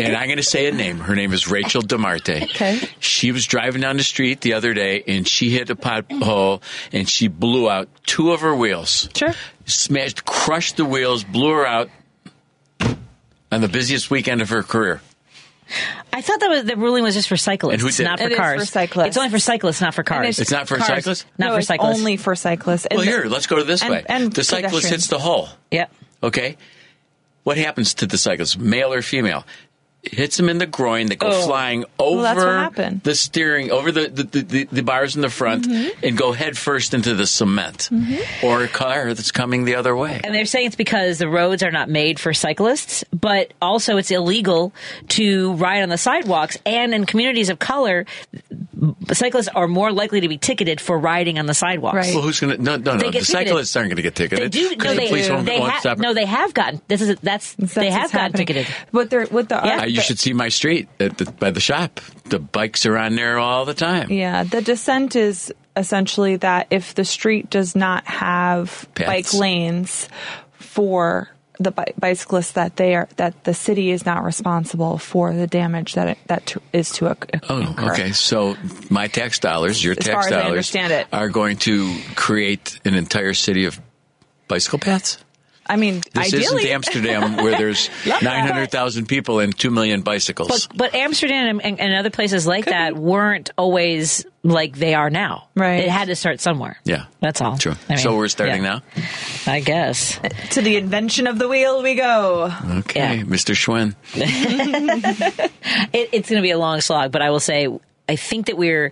and I'm going to say a name. Her name is Rachel Demarte. Okay, she was driving down the street the other day, and she hit a pothole, and she blew out two of her wheels.
Sure,
smashed, crushed the wheels, blew her out on the busiest weekend of her career.
I thought that was, the ruling was just for cyclists,
And who did-
not for
It is
cars.
for
cyclists. It's only for cyclists, not for
And
cars.
it's- It's not for cars. cyclists?
Not
No,
for
it's
cyclists.
only for cyclists.
Well,
And
here, let's go to this
and-
way.
and
the cyclist
pedestrians.
hits the hole.
Yep.
Okay. What happens to the cyclist, male or female? Hits them in the groin. They go
Oh.
flying
Well,
over
that's what happened.
the steering, over the, the, the- the, the bars in the front,
Mhm.
Mm-hmm.
and go head first into the cement or a car that's coming the other way.
And they're saying it's because the roads are not made for cyclists, but also it's illegal to ride on the sidewalks. And in communities of color, cyclists are more likely to be ticketed for riding on the sidewalks.
Well, who's going to? No, no, no.
They get
The
ticketed.
cyclists aren't going to get
They
ticketed.
do. No,
the
they,
police won't,
they
won't
ha-
stop.
no, they have gotten. This is that's, they have
what's
gotten
happening.
ticketed.
What they're what the
Uh, you should see my street at the, by the shop. The bikes are on there all the time.
Yeah, the dissent is essentially that if the street does not have
Paths.
bike lanes for the bi- bicyclists, that they are that the city is not responsible for the damage that it, that to, is to oc-
Oh,
occur.
okay. So my tax dollars, your
As
tax
far as I
dollars,
understand it.
are going to create an entire city of bicycle paths.
I mean,
This
ideally,
isn't Amsterdam where there's
Love that.
nine hundred thousand people and two million bicycles.
But, but Amsterdam and, and other places like that weren't always like they are now. Right. It had to start somewhere.
yeah,
that's all.
True.
I
so
mean,
we're starting
yeah.
now.
I guess.
to the invention of the wheel we go.
Okay, Mr. Schwinn.
it, it's going to be a long slog, but I will say I think that we're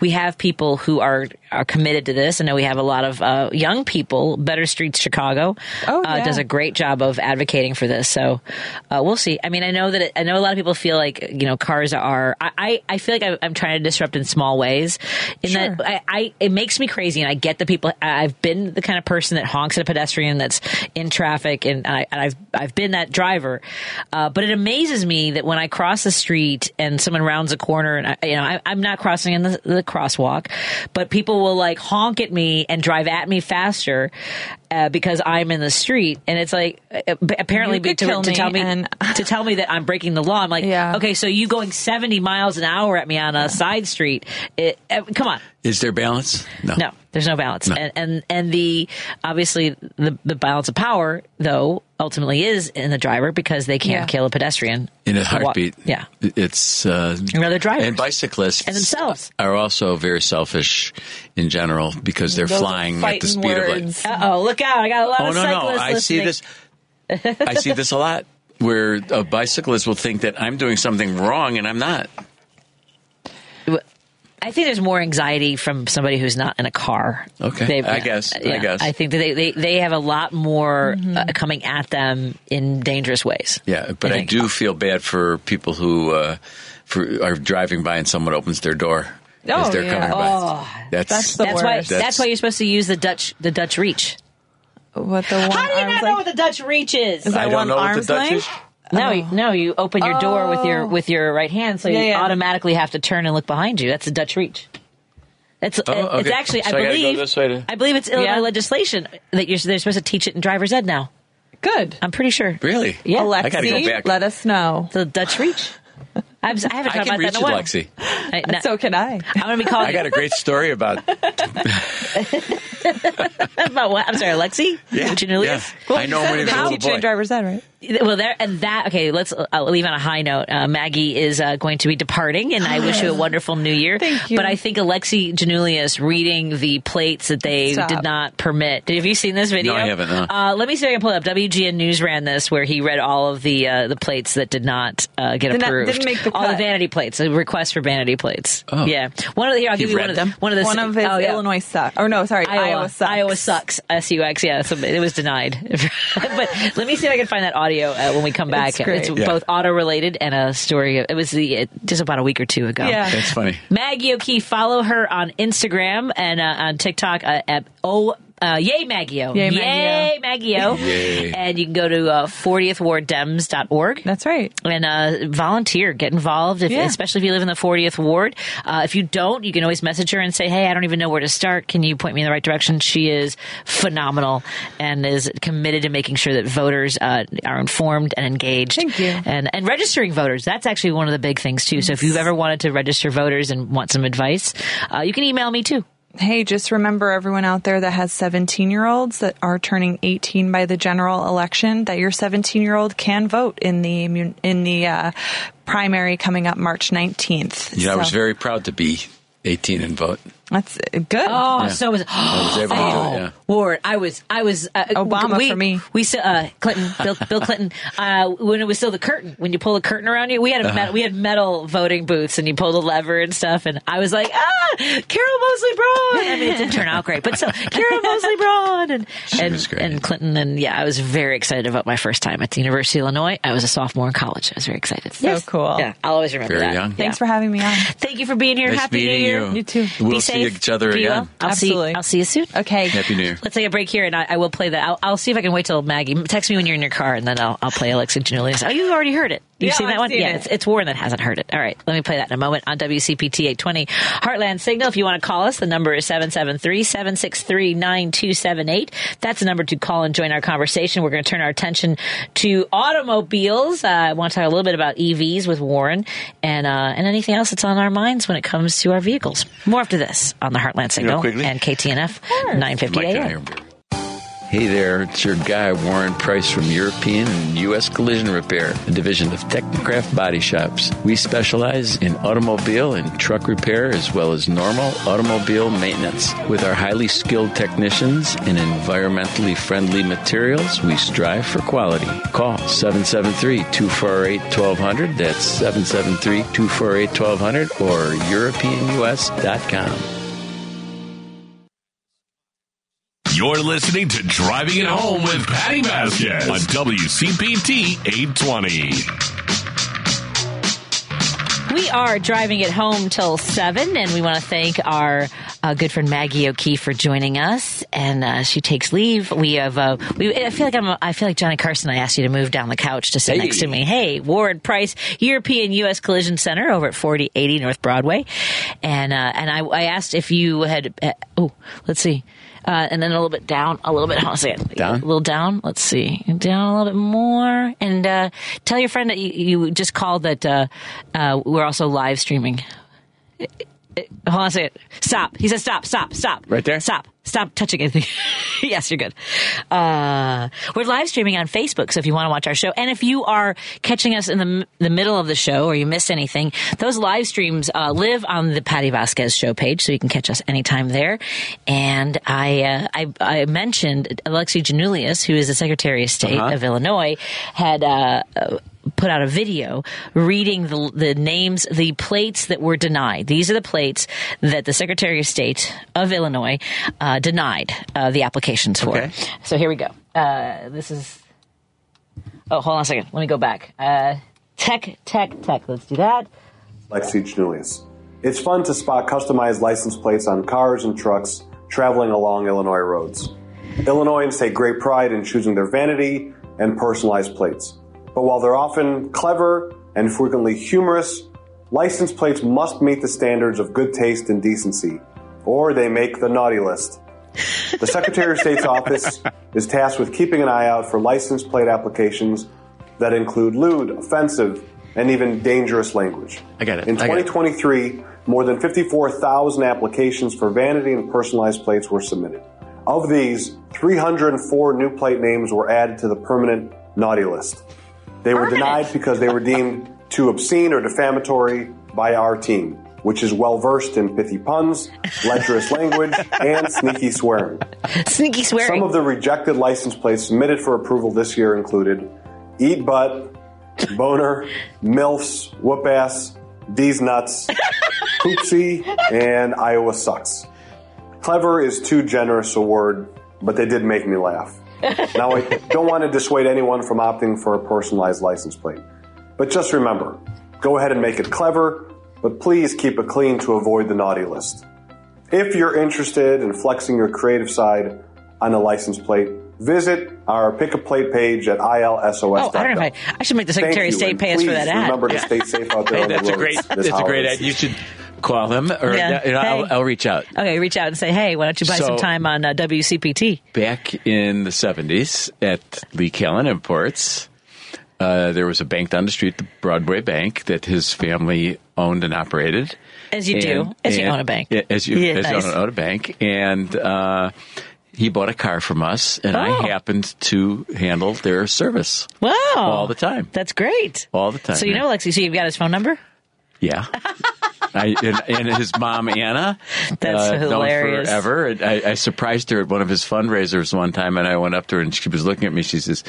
we have people who are are committed to this. I know we have a lot of uh, young people. Better Streets Chicago uh,
yeah.
does a great job of advocating for this. So uh, we'll see. I mean, I know that it, I know a lot of people feel like you know cars are. I I, I feel like I'm, I'm trying to disrupt in small ways. In that I, I it makes me crazy, and I get the people. I- I've been the kind of person that honks at a pedestrian that's in traffic, and, I, and I've I've been that driver. Uh, but it amazes me that when I cross the street and someone rounds a corner, and I, you know I, I'm not crossing in the, the crosswalk, but people will like honk at me and drive at me faster uh, because I'm in the street, and it's like uh, apparently
You could
to,
kill
to
me
tell me
and-
to tell me that I'm breaking the law. I'm like, okay, so you going 70 miles an hour at me on a side street? It, uh, come on,
Is there balance? No.
no, There's no balance, and and and the obviously the the balance of power though ultimately is in the driver because they can't
Yeah.
kill a pedestrian
in a
Wa-
heartbeat.
Yeah,
it's uh,
another driver
and bicyclists
and themselves.
are also very selfish in general because they're flying at the speed of light.
Uh oh, look out! I got a lot
Oh
of
no no!
cyclists
I see this.
listening.
I see this a lot where a bicyclist will think that I'm doing something wrong and I'm not.
I think there's more anxiety from somebody who's not in a car.
Okay, I guess, I guess.
I think that they, they, they have a lot more uh, coming at them in dangerous ways.
Yeah, but I,
think-
do feel bad for people who uh, for are driving by and someone opens their door as they're coming by.
Oh,
That's
Oh, that's why that's, why you're supposed to use the Dutch the Dutch reach.
What the one
How do you not know what the Dutch reach is?
Is that I don't one know what the arm's Dutch length? is.
No, you, no, you open your door with your
Oh.
with your right hand, so
Yeah,
you
yeah.
automatically have to turn and look behind you. That's the Dutch reach. It's
Oh,
it- it's
okay.
actually
So I
I
gotta go
believe
this way to-
I believe it's Illinois
Yeah.
legislation that you're they're supposed to teach it in driver's ed now.
Good.
I'm pretty sure.
Really?
Yeah.
I gotta go back.
let us know.
The Dutch reach. I'm, I haven't
I
thought
can
about
reach
that
you,
in a while.
Lexi.
I- no-
So can I.
I'm gonna be calling.
I got a great story about
about what? I'm sorry, Lexi.
Yeah,
Junior
yeah. I know him when he was a little boy.
driver's ed, right?
Well, there and that. Okay, let's uh, leave on a high note. Uh, Maggie is uh, going to be departing, and I wish you a wonderful New Year. Thank you. But I think Alexi Janulius reading the plates that they
Stop.
did not permit. Have you seen this video?
I haven't, no.
Uh, let me see if I can pull it up. WGN News ran this where he read all of the uh, the plates that did not uh, get
Did not-
approved.
didn't make the
all the
cut.
vanity plates. A request for vanity plates.
Oh.
Yeah, one of the. Here, I'll
He
give you
read
one of
them?
the, one of the oh,
One of his Illinois sucks. Or no, sorry, Iowa sucks.
Iowa sucks. S U X. Yeah, so it was denied. but let me see if I can find that audio uh, when we come back.
It's great. Yeah.
both auto related and a story. It was the it, just about a week or two ago.
That's funny.
Maggie O'Keefe, follow her on Instagram and uh, on TikTok uh, at O. Uh, yay, Maggie O.
Yay, Maggie O.
Yay, Maggie O.
Yay.
And you can go to uh, 40thwarddems.org.
That's right.
And uh, volunteer, get involved, if,
Yeah.
especially if you live in the 40th Ward. Uh, if you don't, you can always message her and say, hey, I don't even know where to start. Can you point me in the right direction? She is phenomenal and is committed to making sure that voters uh, are informed and engaged. Thank you. And, and registering voters. That's actually one of the big things, too. So if you've ever wanted to register voters and want some advice, uh, you can email me, too.
Hey, just remember everyone out there that has 17 year olds that are turning 18 by the general election that your 17 year old can vote in the immun- in the uh, primary coming up March 19th.
You know, I was
So-
very proud to be 18 and vote.
That's uh, good.
Oh,
Yeah.
so was
I was able to do it,
oh,
yeah.
Ward. I was I was uh,
Obama
we,
for me.
We s- uh, Clinton, Bill, Bill Clinton. Uh, when it was still the curtain, when you pull the curtain around you, we had a
Uh-huh.
met, we had metal voting booths, and you pull the lever and stuff. And I was like, ah, Carol Mosley Braun. I mean, it didn't turn out great, but so Carol Mosley Braun and and, and Clinton and yeah, I was very excited about my first time at the University of Illinois. I was a sophomore in college. I was very excited.
So cool.
Yeah, I'll always remember
Very
that.
young.
Yeah.
Thanks for having me on.
Thank you for being here.
Nice
Happy New
meeting
Year.
you. You too. We'll
Be
see
safe.
you together
Be
again.
well. I'll see. I'll see you soon.
Okay.
Happy New Year.
Let's take a break here, and I, I will play that. I'll, I'll see if I can wait till Maggie text me when you're in your car, and then I'll, I'll play Alexa Janulius. Oh, you already heard it. You've
Yeah,
seen that
I've
one.
seen
yeah,
it.
It's, it's Warren that hasn't heard it. All right, let me play that in a moment on WCPT 820 Heartland Signal. If you want to call us, the number is 773-763-9278. That's the number to call and join our conversation. We're going to turn our attention to automobiles. Uh, I want to talk a little bit about EVs with Warren, and uh, and anything else that's on our minds when it comes to our vehicles. More after this on the Heartland Signal
quickly?
and KTNF 950
Mike and I
AM.
are Hey there, it's your guy Warren Price from European and U.S. Collision Repair, a division of Technocraft Body Shops. We specialize in automobile and truck repair as well as normal automobile maintenance. With our highly skilled technicians and environmentally friendly materials, we strive for quality. Call 773-248-1200, that's 773-248-1200 or europeanus.com.
You're listening to Driving It Home with Patty Vasquez on WCPT 820.
We are driving it home till seven, and we want to thank our uh, good friend Maggie O'Keefe for joining us. And uh, she takes leave. We have. Uh, we, I feel like I'm. A, I feel like Johnny Carson. I asked you to move down the couch to sit
Hey.
next to me. Hey, Warren Price, European U.S. Collision Center over at 4080 North Broadway, and uh, and I, I asked if you had. Uh, oh, let's see. Uh, and then a little bit down, a little bit. Hold on a second.
Down?
A little down. Let's see. Down a little bit more. And uh, tell your friend that you, you just called that uh, uh, we're also live streaming. Hold on a second. Stop. He says stop, stop, stop.
Right there?
Stop. Stop touching anything. yes, you're good. Uh, we're live streaming on Facebook, so if you want to watch our show, and if you are catching us in the, m- the middle of the show or you miss anything, those live streams uh, live on the Patty Vasquez show page, so you can catch us anytime there. And I, uh, I, I mentioned Alexei Janulius, who is the Secretary of State
Uh-huh.
of Illinois, had. Uh, uh, Put out a video reading the, the names, the plates that were denied. These are the plates that the Secretary of State of Illinois uh, denied uh, the applications for. So here we go. Uh, this is. Oh, hold on a second. Let me go back. Uh, tech, tech, tech. Let's do that.
Lexi Janulius. It's fun to spot customized license plates on cars and trucks traveling along Illinois roads. Illinoisans take great pride in choosing their vanity and personalized plates. But while they're often clever and frequently humorous, license plates must meet the standards of good taste and decency, or they make the naughty list. The Secretary of State's office is tasked with keeping an eye out for license plate applications that include lewd, offensive, and even dangerous language.
I got it.
In
I got it.
2023, more than 54,000 applications for vanity and personalized plates were submitted. Of these, 304 new plate names were added to the permanent naughty list. They were denied because they were deemed too obscene or defamatory by our team, which is well versed in pithy puns, lecherous language, and sneaky swearing.
Sneaky swearing.
Some of the rejected license plates submitted for approval this year included Eat Butt, Boner, MILFs, Whoop Ass, These Nuts, Poopsie, and Iowa Sucks. Clever is too generous a word, but they did make me laugh. Now, I don't want to dissuade anyone from opting for a personalized license plate. But just remember go ahead and make it clever, but please keep it clean to avoid the naughty list. If you're interested in flexing your creative side on a license plate, visit our pick a plate page at ilsos.gov.
Oh, I don't know if I, I should make the
Thank
Secretary of
you,
State
and
pay us for
please
that ad.
Remember to stay safe out there
Hey,
on the
that's a
roads
great.
this
That's a great
holiday
idea. You should call him, or
Yeah.
you know, I'll,
Hey.
I'll reach out.
Okay, reach out and say, hey, why don't you buy
So-
some time on uh, WCPT?
Back in the seventies at Lee Callen Imports, uh, there was a bank down the street, the Broadway Bank, that his family owned and operated.
As you do, as you own a bank.
Yeah, As you,
Yeah,
as
nice.
you own, own a bank, and. Uh, he bought a car from us, and
Oh.
I happened to handle their service.
Wow.
All the time.
That's great.
All the time.
So you
man.
know, Lexi, so you've got his phone number?
Yeah. I, and, and his mom Anna, uh,
That's
Known
hilarious.
forever, And I, I surprised her at one of his fundraisers one time, and I went up to her and she was looking at me. She says,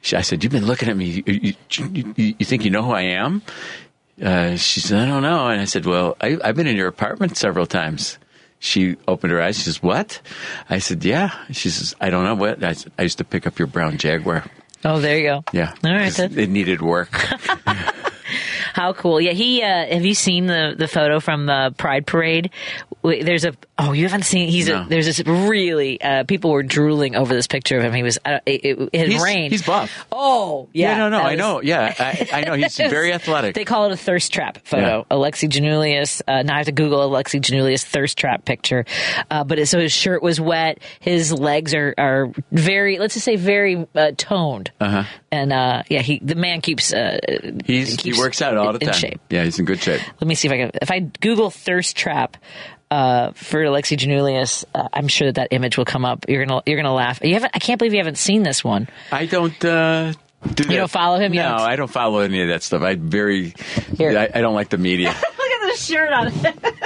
she, "I said you've been looking at me. You, you, you, you think you know who I am?" Uh, she said, "I don't know." And I said, "Well, I, I've been in your apartment several times." She opened her eyes. She says, "What?" I said, "Yeah." She says, "I don't know what." I, said, I used to pick up your brown Jaguar.
Oh, there you go.
Yeah,
All right, then.
It needed work.
How cool! Yeah, he. Uh, have you seen the the photo from the Pride Parade? W- There's a. Oh, you haven't seen. He's
No.
a. There's this really. Uh, people were drooling over this picture of him. He was. I don't- It, it, it had
He's-
rained.
he's buff.
Oh yeah.
no, no,
that
I
was-
know. Yeah, I, I know. He's very athletic.
They call it a thirst trap photo. Alexi Janulius. Uh, now I have to Google Alexi Janulius thirst trap picture. Uh, but it, so his shirt was wet. His legs are are very. Let's just say very uh, toned.
Uh-huh.
And uh, yeah, he the man keeps. Uh,
He's, he
keeps
works out all the
in
time.
shape.
Yeah, he's in good shape.
Let me see if I can. If I Google thirst trap uh, for Alexi Janulius, uh, I'm sure that that image will come up. You're gonna you're gonna laugh. You haven't. I can't believe you haven't seen this one.
I don't. Uh, do
You don't follow him? You
No,
don't-
I don't follow any of that stuff. I very. I, I don't like the media.
Look at the shirt on it.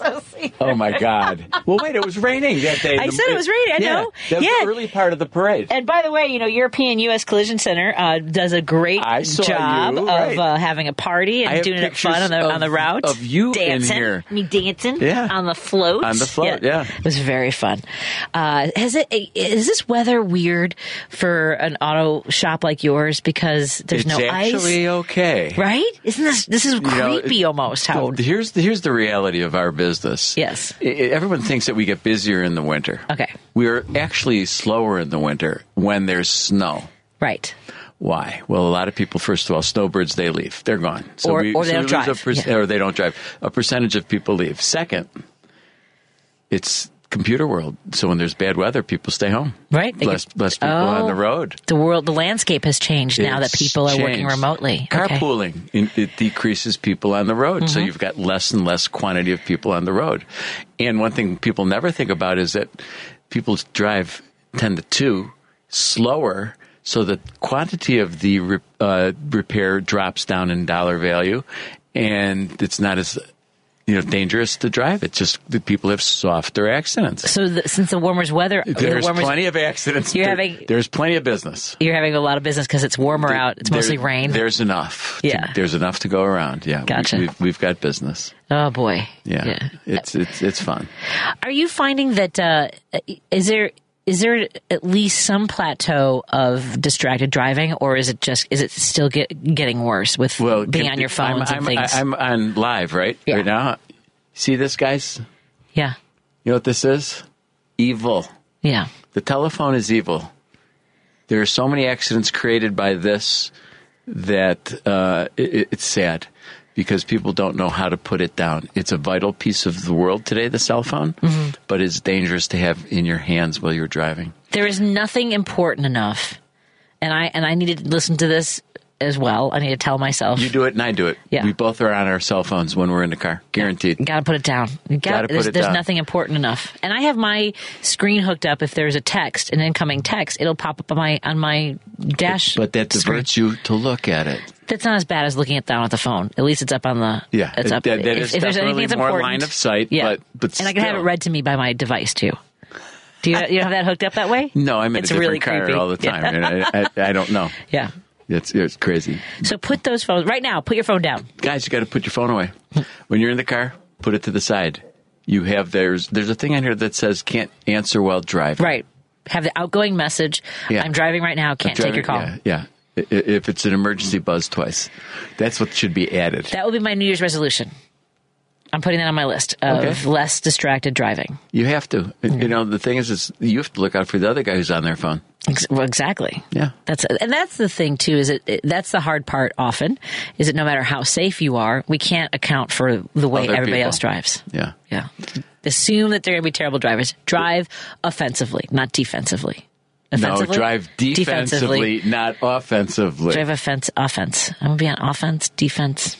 so sweet.
oh my god. Well, wait. It was raining that day.
I said it was raining, I
yeah,
know.
That was
Yeah.
the early part of the parade.
And by the way, you know, European U.S. Collision Center uh, does a great
saw
job
you,
of
right.
uh, having a party
I
and
have
doing it fun
pictures
on the on the
of-
route
of you in
dancing,
here.
me dancing,
Yeah.
on the float,
On the float, yeah.
It was very fun. Uh, has it? Is this weather weird for an auto shop like yours because there's
it's
no
actually
ice,
okay.
right? Isn't this this is
You know,
creepy
it-
almost? How
So here's the, here's the reality of our business. Yes, everyone thinks that we get busier in the winter.
Okay.
we are actually slower in the winter when there's snow.
Right.
Why? Well, a lot of people, first of all, snowbirds they leave; they're gone.
Or- or they
we lose
don't
a
drive. Yeah.
Or they don't drive. A percentage of people leave. Second, it's computer world. So when there's bad weather, people stay home.
Right. They
Less,
get-
less people
Oh.
on the road.
The world, the landscape has changed now that
It's
people are working
changed.
remotely. Okay.
Carpooling it, it decreases people on the road, so
Mhm.
you've got less and less quantity of people on the road. And one thing people never think about is that people drive ten to two slower, so the quantity of the re- uh, repair drops down in dollar value, and it's not as you know dangerous to drive. It's just that people have softer accidents.
So the, since the warmer's weather, the
There's
warmer's,
plenty of accidents.
You're
There-
having-
there's plenty of business.
you're having a lot of business because it's warmer out. It's
There-
mostly rain.
There's enough.
Yeah.
To, there's enough to go around. Yeah.
Gotcha.
We, have we've got business.
Oh boy.
Yeah. It's it's it's fun.
Are you finding that uh, is there is there at least some plateau of distracted driving, or is it just is it still get, getting worse with being on
I'm,
your phones
I'm-
and things?
I'm on live right
Yeah.
right now. See this, guys?
yeah,
You know what this is? Evil.
yeah.
The telephone is evil. There are so many accidents created by this that uh, it, it's sad because people don't know how to put it down. It's a vital piece of the world today, the cell phone,
Mhm.
but it's dangerous to have in your hands while you're driving.
There is nothing important enough, and I and I need to listen to this as well. I need to tell myself.
You do it and I do it.
Oh. Yeah.
We both are on our cell phones when we're in the car, guaranteed.
Gotta put it down. You got-
Gotta put
there's
it
there's
down.
nothing important enough, and I have my screen hooked up. If there's a text, an incoming text, it'll pop up on my on my dash.
But that diverts you to look at it.
That's not as bad as looking it down at the phone. At least it's up on the.
Yeah,
it's up.
That- that
if,
is
if there's anything
definitely
that's
more
important,
line of sight.
Yeah.
but but
and I can have it
still.
read to me by my device too. Do you, you have that hooked up that way?
No, I'm in
It's
a different
really
car
creepy.
all the time,
Yeah.
and I, I, I don't know.
Yeah.
It's it's crazy,
So put those phones right now. Put your phone down.
guys. You got to put your phone away when you're in the car. Put it to the side. You have there's there's a thing on here that says can't answer while driving.
Right. Have the outgoing message.
Yeah.
I'm driving right now. Can't take your call.
Yeah, yeah. I- i- If it's an emergency, buzz twice. That's what should be added.
That will be my New Year's resolution. I'm putting that on my list of
Okay.
less distracted driving.
You have to.
Mm-hmm.
You know, the thing is, is you have to look out for the other guy who's on their phone.
Ex- well, exactly.
Yeah.
That's and that's the thing too. Is it, it- that's the hard part? Often is it no matter how safe you are, we can't account for the way
Other
everybody
people.
else drives.
Yeah.
Yeah. Assume that they're going to be terrible drivers. Drive offensively, not defensively. Offensively?
No, drive defensively, not offensively.
Drive offense, offense. I'm going to be on offense, defense.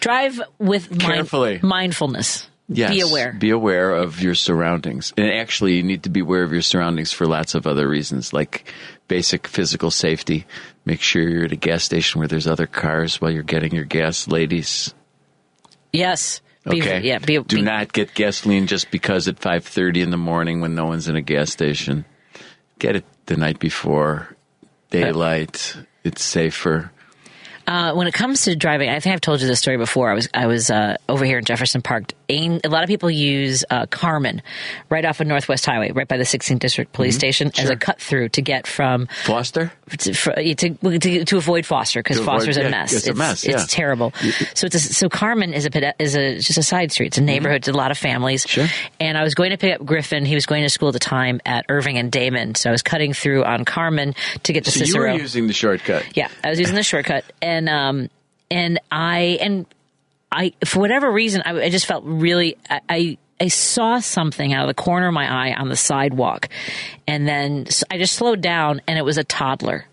Drive with mind-
Carefully.
mindfulness.
Yes,
Be aware.
Be aware of your surroundings. And actually, you need to be aware of your surroundings for lots of other reasons, like basic physical safety. Make sure you're at a gas station where there's other cars while you're getting your gas, ladies.
Yes. Be,
Okay.
Yeah. Be,
Do
be-
not get gasoline just because at 5:30 in the morning when no one's in a gas station. Get it the night before daylight. It's safer.
Uh, when it comes to driving, I think I've told you this story before. I was I was uh, over here in Jefferson Park. Ain- A lot of people use uh, Carmen, right off of Northwest Highway, right by the 16th District Police
Mhm.
Station, as a
Sure.
cut through to get from
Foster?
to, for, to, to, to avoid Foster because
To avoid-
Foster's
yeah,
a mess.
it's a mess, yeah.
It's terrible. So it's a, so Carmen is a pede- is a just a side street. It's
Mm-hmm.
a neighborhood. It's a lot of families. Sure. And I was going to pick up Griffin. He was going to school at the time at Irving and Damon. So I was cutting through on Carmen to get to
So you
Cicero.
were using the shortcut.
Yeah, I was using the shortcut, and um, and I and I for whatever reason I, I just felt really I. I I saw something out of the corner of my eye on the sidewalk, and then s- I just slowed down, and it was a toddler.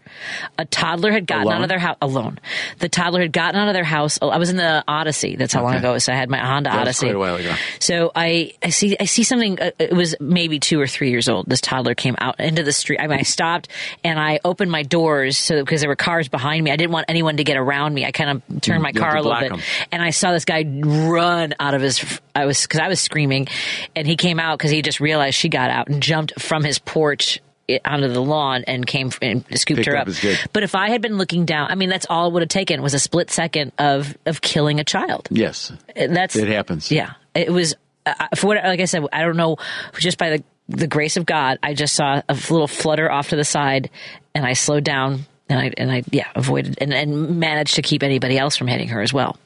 A toddler had gotten out
Alone?
of their house alone. The toddler had gotten out of their house. Oh, I was in the Odyssey. That's how long
Okay.
ago. it was. So I had my Honda
That was
Odyssey
quite a while ago.
so I, I see I see something. Uh, it was maybe two or three years old. This toddler came out into the street. I mean, I stopped and I opened my doors so because there were cars behind me. I didn't want anyone to get around me. I kind of turned
Mm,
my
you
car
have to
a little
block
bit,
'em.
and I saw this guy run out of his. I was because I was screaming, and he came out because he just realized she got out and jumped from his porch. i- Onto the lawn and came f- and scooped
Picked
her
up
up.
his kid.
But if I had been looking down, I mean, that's all it would have taken was a split second of of killing a child.
Yes. Uh,
And that's
It happens.
Yeah, it was uh, for what. Like I said, I don't know. Just by the the grace of God, I just saw a little flutter off to the side, and I slowed down, and I and I yeah avoided and, and managed to keep anybody else from hitting her as well.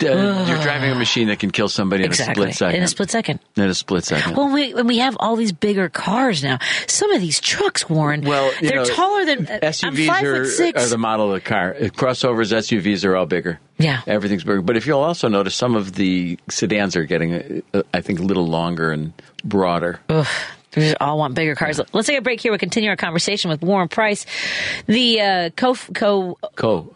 Uh, you're driving a machine that can kill somebody in a
exactly
split second.
in a split second.
In a split second.
Well, we when we have all these bigger cars now. Some of these trucks, Warren. Well,
you
they're
know,
taller than uh, I'm
SUVs
five
are,
foot six.
are the model of the car. Crossovers, SUVs are all bigger.
Yeah.
Everything's bigger. But if you'll also notice, some of the sedans are getting, uh, I think, a little longer and broader.
Ugh, we just all want bigger cars. Let's take a break here. We'll continue our conversation with Warren Price, the uh, co co
Co.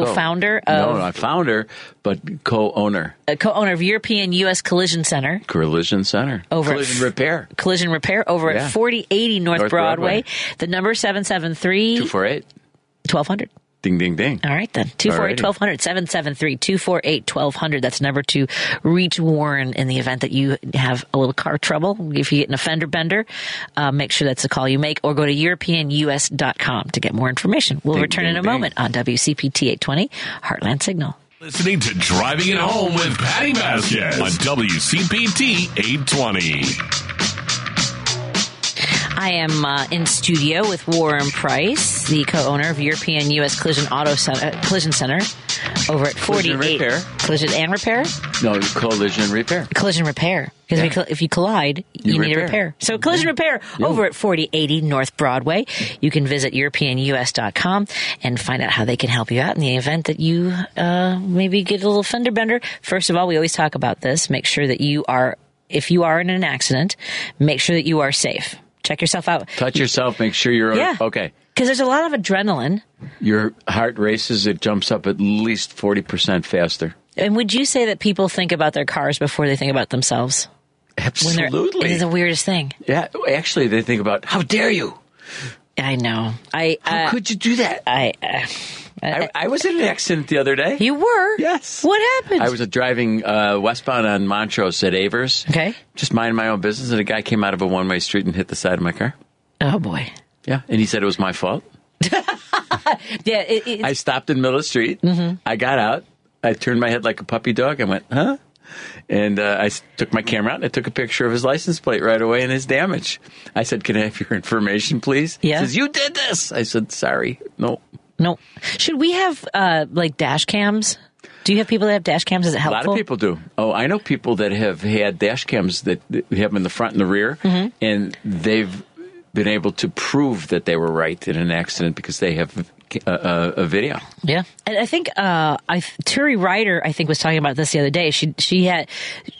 co-founder
Co.
of
No, not founder, but co owner.
uh, co-owner of European U.S. Collision Center.
Collision Center.
Over at-
Collision Repair.
Collision Repair over
Yeah.
at 4080 North,
North
Broadway.
Broadway.
The number 773
248
1200.
Ding, ding, ding.
All right, then. 248 1200 773 248 1200. That's the number to reach Warren in the event that you have a little car trouble. If you get an offender bender, uh, make sure that's the call you make or go to EuropeanUS.com to get more information. We'll
Ding,
return in
ding,
a
ding.
moment on WCPT 820 Heartland Signal.
Listening to Driving It Home with Patty Vasquez on WCPT 820.
I am uh, in studio with Warren Price, the co-owner of European U.S. Collision Auto Center, uh, Collision Center, over at
Collision
48
Repair.
Collision and Repair,
No, Collision Repair.
Collision Repair. Because
Yeah.
if you collide, you,
You
need a
repair.
repair. So Collision Repair over at 4080 North Broadway. You can visit EuropeanUS.com and find out how they can help you out in the event that you uh, maybe get a little fender bender. First of all, we always talk about this. Make sure that you are, if you are in an accident, make sure that you are safe. Check yourself out.
Touch yourself, make sure you're
Yeah.
okay.
Because there's a lot of adrenaline.
Your heart races, it jumps up at least 40% faster.
And would you say that people think about their cars before they think about themselves?
Absolutely.
It's the weirdest thing.
Yeah, actually, they think about how dare you?
I know. I
How
uh,
could you do that?
I, uh,
I, I was in an accident the other day.
You were? Yes. What happened?
I was driving uh, westbound on Montrose at Avers.
Okay.
Just minding my own business, and a guy came out of a one way street and hit the side of my car.
Oh, boy.
Yeah, and he said it was my fault.
Yeah. It, it,
I stopped in the middle of the street.
Mm-hmm.
I got out. I turned my head like a puppy dog. I went, huh? And uh, I s- took my camera out and I took a picture of his license plate right away and his damage. I said, "Can I have your information, please?"
Yeah.
He says, "You did this." I said, "Sorry, no."
no. Should we have uh, like dash cams? Do you have people that have dash cams? Is it
A
helpful?
lot of people do. Oh, I know people that have had dash cams that that have them in the front and the rear,
Mhm.
and they've been able to prove that they were right in an accident because they have a, a, a video.
Yeah, and I think uh, I Turi Ryder I think was talking about this the other day. She she had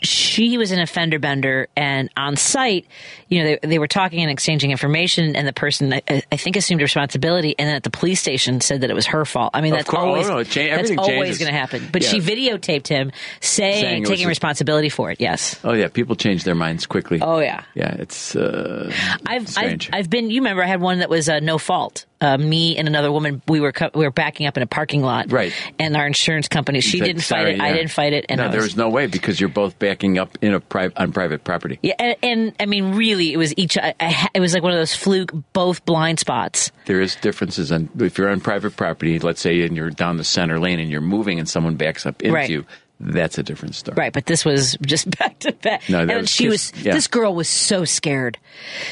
she was in a fender bender, and on site, you know, they they were talking and exchanging information, and the person I, I think assumed responsibility, and then at the police station said that it was her fault. I mean,
Of
that's
course.
always
Oh, no, it cha-
that's
everything
always
changes.
going to happen. But
Yeah.
she videotaped him saying,
Saying it was
taking
his-
responsibility for it. Yes.
Oh yeah, people change their minds quickly.
Oh, yeah.
yeah. It's uh,
I've, I've
strange.
I've been you remember I had one that was uh, no fault. Uh, me and another woman we were co- we were backing up in a parking lot. Right. And our insurance company she
That-
didn't
sorry,
fight it.
yeah.
I didn't fight it. And
no,
I was,
there was no way because you're both backing up in a pri- on private property.
Yeah, and, and I mean, really, it was each. I, I, ha- it was like one of those fluke, both blind spots.
There is differences on if you're on private property. Let's say and you're down the center lane and you're moving and someone backs up into
Right.
you. That's a different story.
Right, but this was just back to back.
No, that
and
was
she
just-
was.
yeah.
This girl was so scared.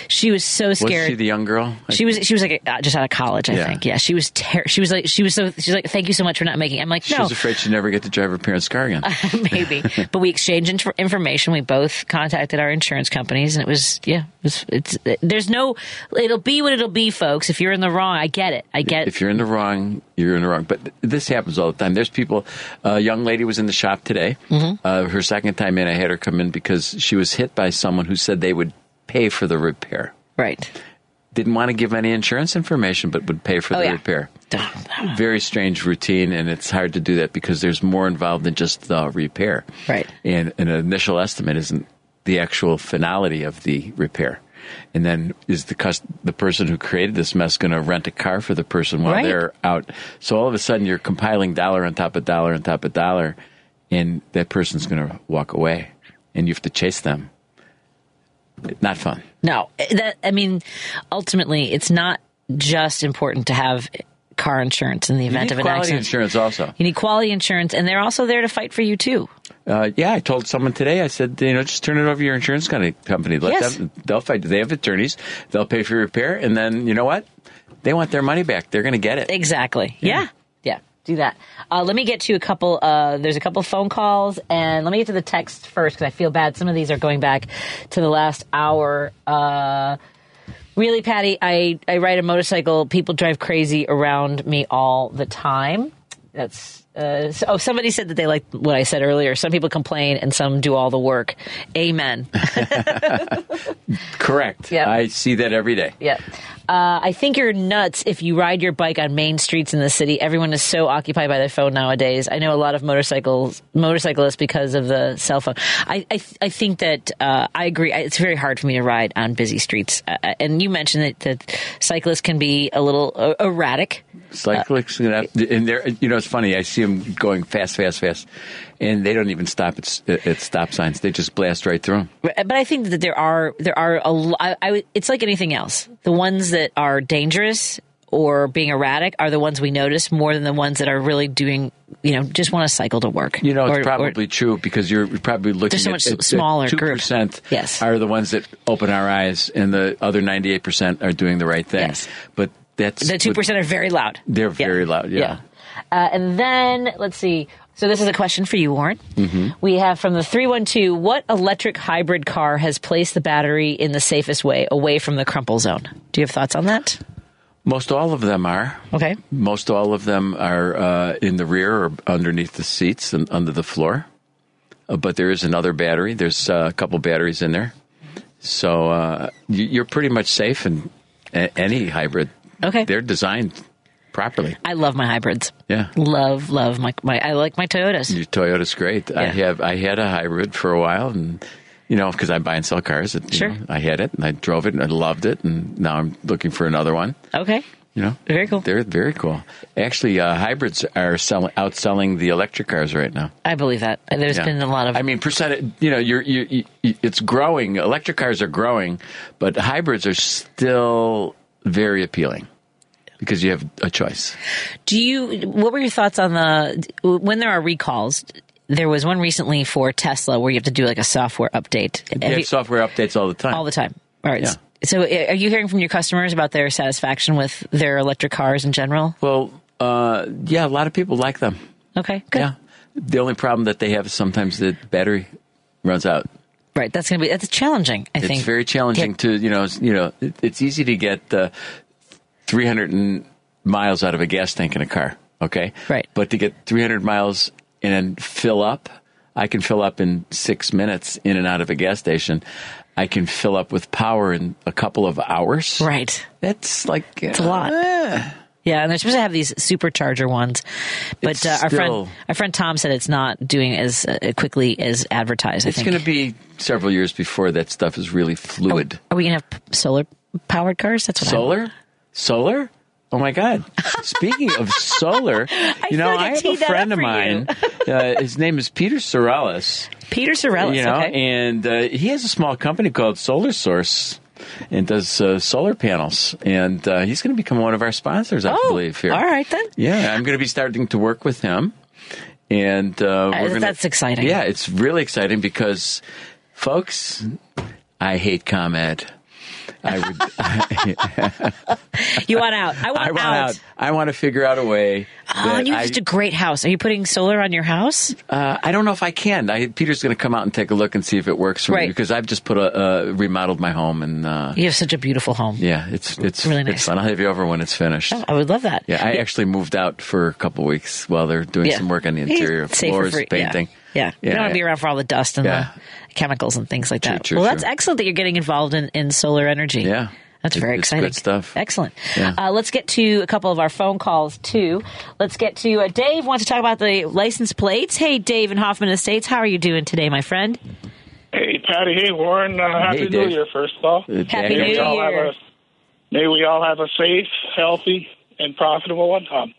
She was so
Was
scared.
she the young girl?
She was she was like uh, just out of college, I
Yeah.
think. Yeah, she was ter- she was like she was so she's like thank you so much for not making. I'm like
She
no,
was afraid she'd never get to drive her parents' car again.
maybe. but we exchanged inf- information. We both contacted our insurance companies, and it was yeah. It was, it's there's no. It'll be what it'll be, folks. If you're in the wrong, I get it. I get
if you're in the wrong, you're in the wrong. But th- this happens all the time. There's people. A young lady was in the shop today.
Mhm.
Uh, her second time in, I had her come in because she was hit by someone who said they would pay for the repair.
Right.
Didn't want to give any insurance information, but would pay for
Oh,
the
yeah.
repair. Very strange routine, and it's hard to do that because there's more involved than just the repair.
Right.
And an initial estimate isn't the actual finality of the repair. And then is the cus- the person who created this mess going to rent a car for the person while
Right.
they're out? So all of a sudden you're compiling dollar on top of dollar on top of dollar, and that person's going to walk away, and you have to chase them. Not fun.
No, that I mean, ultimately, it's not just important to have car insurance in the event
you
of
need
an
quality
accident.
insurance also.
You need quality insurance, and they're also there to fight for you too.
Uh, yeah, I told someone today. I said, you know, just turn it over to your insurance company. company. Let
Yes.
them. They'll fight. They have attorneys. They'll pay for your repair, and then you know what? They want their money back. They're going to get it.
Exactly. Yeah. Yeah. do that. Uh, let me get to a couple. Uh, there's a couple phone calls, and let me get to the text first because I feel bad. Some of these are going back to the last hour. Uh, really, Patty, I, I ride a motorcycle. People drive crazy around me all the time. That's uh, so, oh, somebody said that they like what I said earlier. Some people complain, and some do all the work. Amen.
Correct.
Yeah.
I see that every day.
Yeah. Uh, I think you're nuts if you ride your bike on main streets in the city. Everyone is so occupied by their phone nowadays. I know a lot of motorcycles, motorcyclists because of the cell phone. I, I, th- I think that uh, I agree. I- It's very hard for me to ride on busy streets. Uh, Uh, and you mentioned that, that cyclists can be a little uh, erratic. Uh,
Cyclists, you know, and they're you know it's funny. I see them going fast, fast, fast, and they don't even stop at, s- at stop signs. They just blast right through them.
Right, But I think that there are there are a lo- I, I would- it's like anything else. The ones that are dangerous or being erratic are the ones we notice more than the ones that are really doing you know just want to cycle to work.
You know, it's
Or- or-
probably true because you're probably looking
There's so
at
much
at- at
smaller group.
2%
Yes.
are the ones that open our eyes, and the other 98% are doing the right thing. But that's
the two percent are very loud.
They're very loud.
Yeah.
Yeah.
Uh, and then let's see. So this is a question for you, Warren.
hmm
We have from the 312 what electric hybrid car has placed the battery in the safest way away from the crumple zone? Do you have thoughts on that?
Most all of them are.
Okay.
Most all of them are uh, in the rear or underneath the seats and under the floor. Uh, but there is another battery. There's uh, a couple batteries in there. So uh, you, you're pretty much safe in a- any hybrid.
Okay.
They're designed properly.
I love my hybrids.
Yeah.
Love, love my, my I like my Toyotas.
Your Toyota's great. I
Yeah.
have I had a hybrid for a while, and you know because I buy and sell cars. It, you
Sure.
know, I had it and I drove it and I loved it, and now I'm looking for another one.
Okay.
You know,
very cool.
They're very cool. Actually, uh, hybrids are selling outselling the electric cars right now.
I believe that. There's
Yeah.
been a lot of
I mean, percent. You know, you're, you you it's growing. Electric cars are growing, but hybrids are still very appealing because you have a choice.
Do you? What were your thoughts on the when there are recalls? There was one recently for Tesla where you have to do like a software update.
You
Have
have
you-
software updates all the time.
all the time. All right.
Yeah.
So, uh, are you hearing from your customers about their satisfaction with their electric cars in general?
Well, uh, yeah, a lot of people like them.
Okay. Good.
Yeah. The only problem that they have is sometimes the battery runs out.
Right. That's going to be that's challenging. I
it's
think.
very challenging to you know s- you know it, it's easy to get uh, 300 and miles out of a gas tank in a car. Okay. Right. But to get 300 miles and fill up, I can fill up in six minutes in and out of a gas station. I can fill up with power in a couple of hours.
Right.
That's like uh,
It's a lot. Yeah, and they're supposed to have these supercharger ones, but
It's
uh, our friend
still-
our friend Tom said it's not doing as uh, quickly as advertised. I
It's
think. Oh,
going to be several years before that stuff is really fluid.
Are we going to have p- solar powered cars? That's what I'm-
solar solar oh my god speaking of solar you know
feel like I
i have a
teed that
friend
up
of
for you.
mine uh, his name is peter sorellis
Peter Sorellis.
you know
okay.
and uh, he has a small company called solar source and does uh, solar panels and uh, he's going to become one of our sponsors i
Oh,
believe here
all right then.
yeah i'm going to be starting to work with him and uh, we're gonna,
that's exciting.
yeah it's really exciting because folks i hate comed i would
You want out? I want,
I want out. I want to figure out a way.
Oh, and you have
I,
just a great house. Are you putting solar on your house?
uh, I don't know if I can. I, Peter's going to come out and take a look and see if it works for
Right.
me because I've just put a uh, remodeled my home and uh,
You have such a beautiful home.
yeah, it's it's
Really
It's
nice.
fun. I'll have you over when it's finished.
I would love that.
Yeah, I actually moved out for a couple weeks while they're doing
Yeah.
some work on the
Yeah,
interior
safer
floors,
for- yeah.
painting.
Yeah. You don't want to be
yeah.
around for all the dust and
Yeah.
the chemicals and things like that.
true,
well, that's
true.
excellent that you're getting involved in, in solar energy.
Yeah.
That's
It-
very
it's
exciting.
good stuff.
Excellent.
Yeah.
Uh, let's get to a couple of our phone calls, too. Let's get to uh, Dave wants to talk about the license plates. Hey, Dave in Hoffman Estates, how are you doing today, my friend?
Hey, Patty. Hey, Warren. Uh, happy
Hey,
New
Dave.
Year, first of all.
Uh, Happy New
we all have
Year.
a- may we all have a safe, healthy, and profitable one. Um,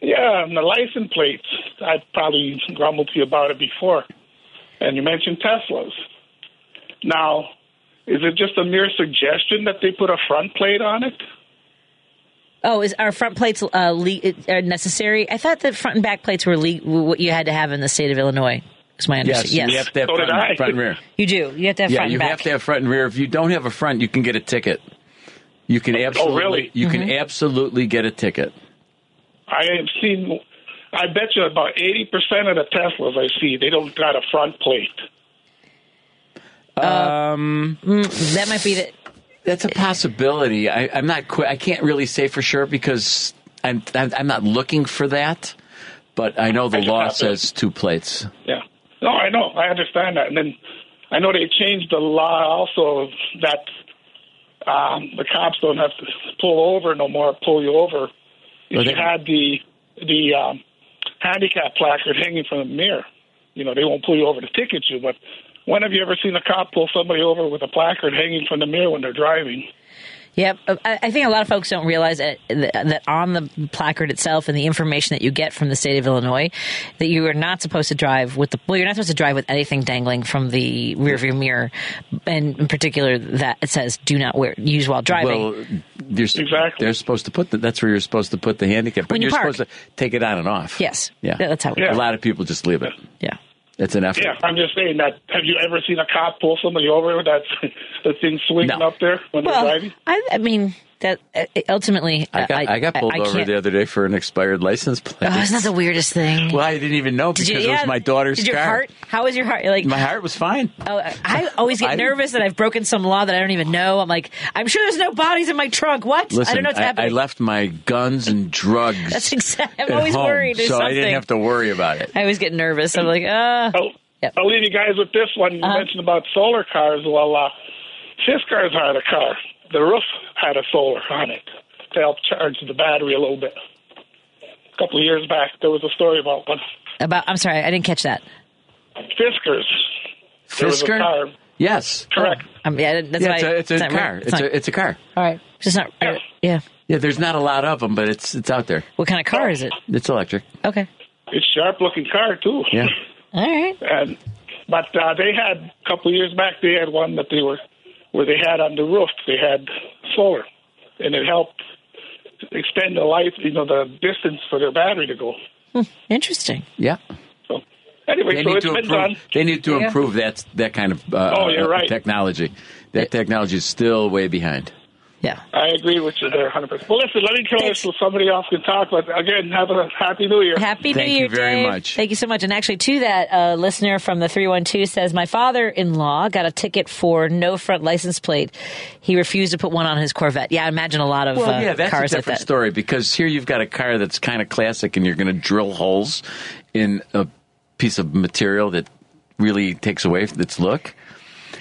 yeah, and the license plates. I probably grumbled to you about it before. And you mentioned Teslas. Now, is it just a mere suggestion that they put a front plate on it?
Oh, is our front plates uh, le- are necessary? I thought that front and back plates were, le- were what you had to have in the state of Illinois. Is my
Yes,
understanding? Yes,
you have to have front, and- front and rear.
You do. You have to have
yeah,
front
you
and back.
have to have front and rear. If you don't have a front, you can get a ticket. You can absolutely
really?
Mm-hmm.
you can absolutely get a ticket.
I have seen I bet you about 80% of the Teslas I see, they don't got a front plate.
Um,
Mm, that might be the.
That's a possibility. I, I'm not. Qu- I can't really say for sure because I'm, I'm. I'm not looking for that, but I know the law says two plates.
Yeah. No, I know. I understand that. And then I know they changed the law also that um, the cops don't have to pull over no more, pull you over. If
Well,
you
they-
had the the um, handicap placard hanging from the mirror, you know, they won't pull you over to ticket you. But when have you ever seen a cop pull somebody over with a placard hanging from the mirror when they're driving?
Yep, Uh, I, I think a lot of folks don't realize that, that on the placard itself and the information that you get from the state of Illinois, that you are not supposed to drive with the well, you're not supposed to drive with anything dangling from the rearview mirror, and in particular that it says do not wear use while driving.
Well, you're, exactly. They're supposed to put the, that's where you're supposed to put the handicap, but
When you
you're
park.
supposed to take it on and off.
yes,
Yeah,
that's how.
A lot of people just leave it.
Yeah,
it's an effort.
Yeah, I'm just saying that. Have you ever seen a cop pull somebody over with that the thing swinging up there when they're
Well,
driving?
I, I mean that uh, ultimately,
I got, I, got pulled
I
over
can't-
the other day for an expired license plate.
Oh, isn't that the weirdest thing?
well, I didn't even know
Did
because
you-
it
yeah,
was my daughter's
Did your
car.
heart? How was your heart? You're Like
My heart was fine.
Oh, I always get
I didn't-
nervous that I've broken some law that I don't even know. I'm like, I'm sure there's no bodies in my trunk. What?
Listen,
I don't know what's
I,
happening.
left my guns and drugs.
That's exactly. I'm
at
always
home,
worried.
so
There's
I
something.
didn't have to worry about it.
I always get nervous. I'm like, uh. Uh-huh.
I'll leave you guys with this one. You mentioned about solar cars. Well, uh, Fiskars had a car. The roof had a solar on it to help charge the battery a little bit. A couple of years back, there was a story about one.
About. I'm sorry, I didn't catch that.
Fiskars. There was a
Fisker?
car.
Yes,
Correct.
I mean, I didn't- Oh, that's
yeah,
why
it's a, it's a
it's not
car.
right. It's
It's,
not-
a it's a car.
All right. It's not. Yeah.
Yeah, there's not a lot of them, but it's it's out there.
What kind of car is it?
It's electric.
Okay.
It's sharp looking car too.
Yeah.
All right.
And but uh, they had a couple of years back. They had one that they were where they had on the roof. They had solar, and it helped extend the life, you know, the distance for their battery to go.
Hmm, Interesting.
Yeah.
Anyway,
they
so
need
it's
to
been
improve.
done.
They need to
Yeah.
improve that that kind of uh,
Oh, you're
uh,
right.
technology. That technology is still way behind.
Yeah.
I agree with you there, 100%. Well, listen, let me tell you so somebody else can talk, but again, have a happy new year.
Happy New Year, Dave. Thank you so much. And actually, to that uh, listener from the 312 says, My father in law got a ticket for no front license plate. He refused to put one on his Corvette. Yeah, I imagine a lot of
well,
uh,
yeah, that's
cars
a
like
different
that.
story because here you've got a car that's kind of classic, and you're going to drill holes in a piece of material that really takes away from its look.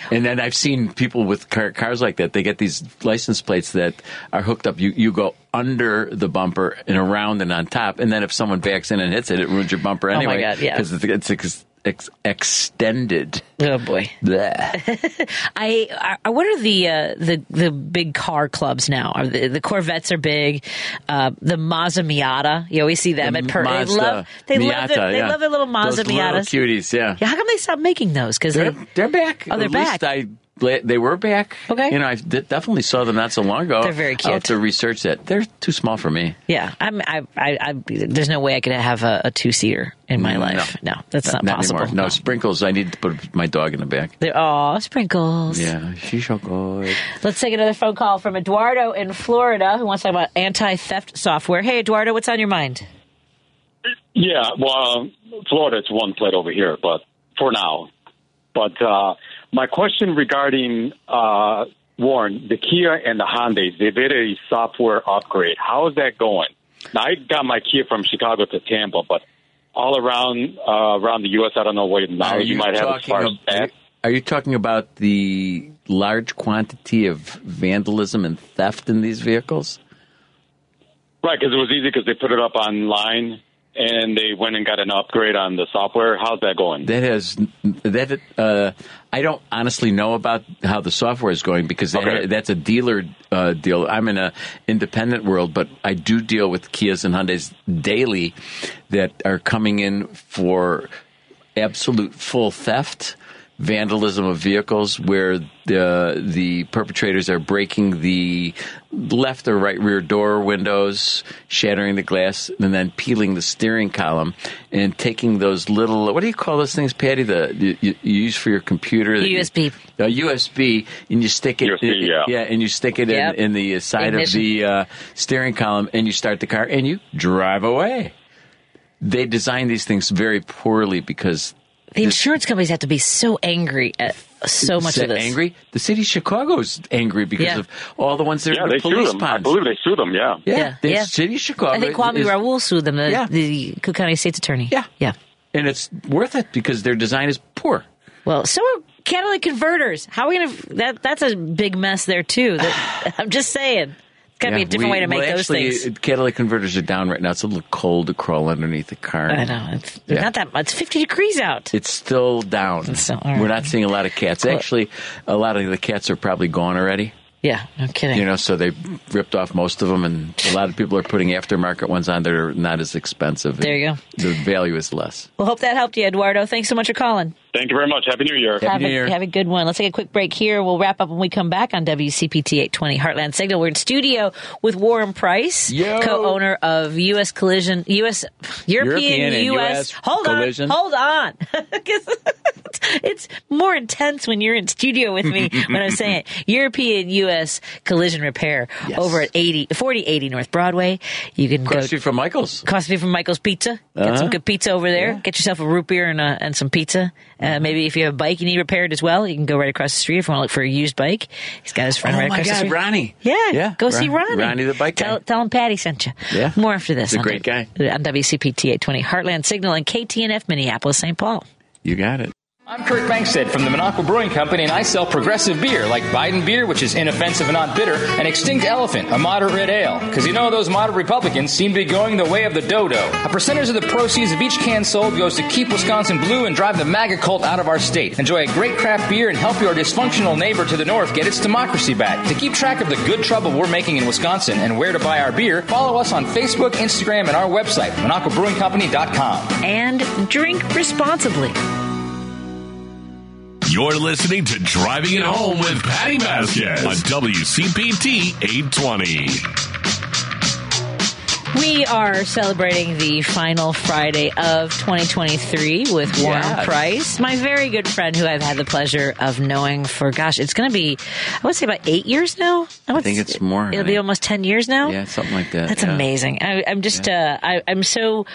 And then I've seen people with car, cars like that. They get these license plates that are hooked up. You you go under the bumper and around and on top. And then if someone backs in and hits it, it ruins your bumper
Oh my
anyway.
God, yeah.
because it's, it's ex, ex, extended.
Oh boy.
Blech.
I, I- I what are the uh, the the big car clubs now? Are the, the Corvettes are big. Uh, the Mazda Miata, you always see them at per.
Mazda,
they love they love their,
Miata,
they
yeah.
love their little Mazda
Those little
Miatas.
cuties, yeah.
Yeah, how come they stopped making those? Because they
they're back.
Oh, they're
At
back.
Least I, they were back. Okay. You know, I d- definitely saw them not so long ago.
They're very
I'll
cute.
have to research that. They're too small for me.
yeah, I'm. I, I, I. There's no way I could have a, a two seater in my life. No, that's not, possible.
anymore. No, sprinkles. I need to put my dog in the back.
They're all sprinkles.
Yeah, she's so good.
Let's take another phone call from Eduardo in Florida who wants to talk about anti theft software. Hey, Eduardo, what's on your mind?
Yeah, well, um, Florida, it's one plate over here, but for now. But uh, my question regarding uh, Warren, the Kia and the Hyundai, they did a software upgrade. How is that going? Now I got my Kia from Chicago to Tampa, but all around uh, around the U.S., I don't know what now.
Are
you,
you
might have as
talking
far as
ab-
that.
Are you talking about the large quantity of vandalism and theft in these vehicles?
Right, because it was easy because they put it up online and they went and got an upgrade on the software. How's that going?
That has that. Uh, I don't honestly know about how the software is going because that, that's a dealer uh, deal. I'm in a independent world, but I do deal with Kias and Hyundai's daily that are coming in for absolute full theft. Vandalism of vehicles, where the the perpetrators are breaking the left or right rear door windows, shattering the glass, and then peeling the steering column and taking those little what do you call those things, Patty? The you, you you use for your computer that you-
USB.
a USB, and you stick it.
USB, yeah.
and you stick it
Yep.
in, in the side
Ignition.
of the uh, steering column, and you start the car, and you drive away. they design these things very poorly because
The insurance companies have to be so angry at so much
Sa-
of this.
angry. The city of Chicago's angry because
Yeah.
of all the ones that are
Yeah,
in the
they sue
police
them. I
ponds.
believe they sue them. Yeah.
Yeah.
Yeah,
The
yeah.
city of Chicago.
I think Kwame
is-
Raoul sued them, the,
Yeah.
the Cook County State's Attorney. Yeah. Yeah.
and it's worth it because their design is poor.
Well, so are catalytic converters. How are we going to? That that's a big mess there too. That, I'm just saying, it's got to be a different way to make those things.
Catalytic converters are down right now. It's a little cold to crawl underneath the car.
I know. It's Not that much. It's 50 degrees out.
It's still down. We're not seeing a lot of cats.
Cool.
Actually, a lot of the cats are probably gone already.
Yeah, no kidding.
You know, so they ripped off most of them, and a lot of people are putting aftermarket ones on that are not as expensive.
There you go.
The value is less.
Well, hope that helped you, Eduardo. Thanks so much for calling.
Thank you very much. Happy New Year.
have, a, have a good one. Let's take a quick break here. We'll wrap up when we come back on WCPT 820 Heartland Signal. We're in studio with Warren Price,
Yo.
co-owner of U.S. Collision, U.S. European,
European and
U.S.
US
hold
Collision.
on, hold on. 'Cause it's more intense when you're in studio with me when I'm saying it. European U.S. Collision Repair over at 80, 4080 North Broadway. You can go
Across you from Michael's.
Across me from Michael's Pizza. Get
Uh-huh.
some good pizza over there. Get yourself a root beer and, uh, and some pizza.
Uh-huh.
Uh, maybe if you have a bike you need repaired as well, you can go right across the street if you want to look for a used bike. He's got his friend
Oh
right
my
across
God,
the street.
Ronnie.
Yeah.
Yeah,
Go see
Ron-
Ronnie.
Ronnie the bike guy.
Tell, tell him Patty sent you.
Yeah.
More after this.
He's a
on
great
W- On WCPT 820 Heartland Signal and KTNF Minneapolis, St. Paul.
You got it.
I'm Kurt Bankstead from the Minocqua Brewing Company, and I sell progressive beer like Biden beer, which is inoffensive and not bitter, and Extinct Elephant, a moderate red ale. Because you know, those moderate Republicans seem to be going the way of the dodo. A percentage of the proceeds of each can sold goes to keep Wisconsin blue and drive the MAGA cult out of our state. Enjoy a great craft beer and help your dysfunctional neighbor to the north get its democracy back. To keep track of the good trouble we're making in Wisconsin and where to buy our beer, follow us on Facebook, Instagram, and our website, MinocquaBrewingCompany.com.
And drink responsibly.
You're listening to Driving It Home with Patty Vasquez on WCPT 820.
We are celebrating the final Friday of 2023 with Warren
Yes.
Price, my very good friend who I've had the pleasure of knowing for, gosh, it's going to be, I would say about eight years now. I, would
I think
s-
it's more,
It'll
honey.
be almost 10 years now.
Yeah, something like that.
That's
yeah.
amazing. I, I'm just, uh, I, I'm so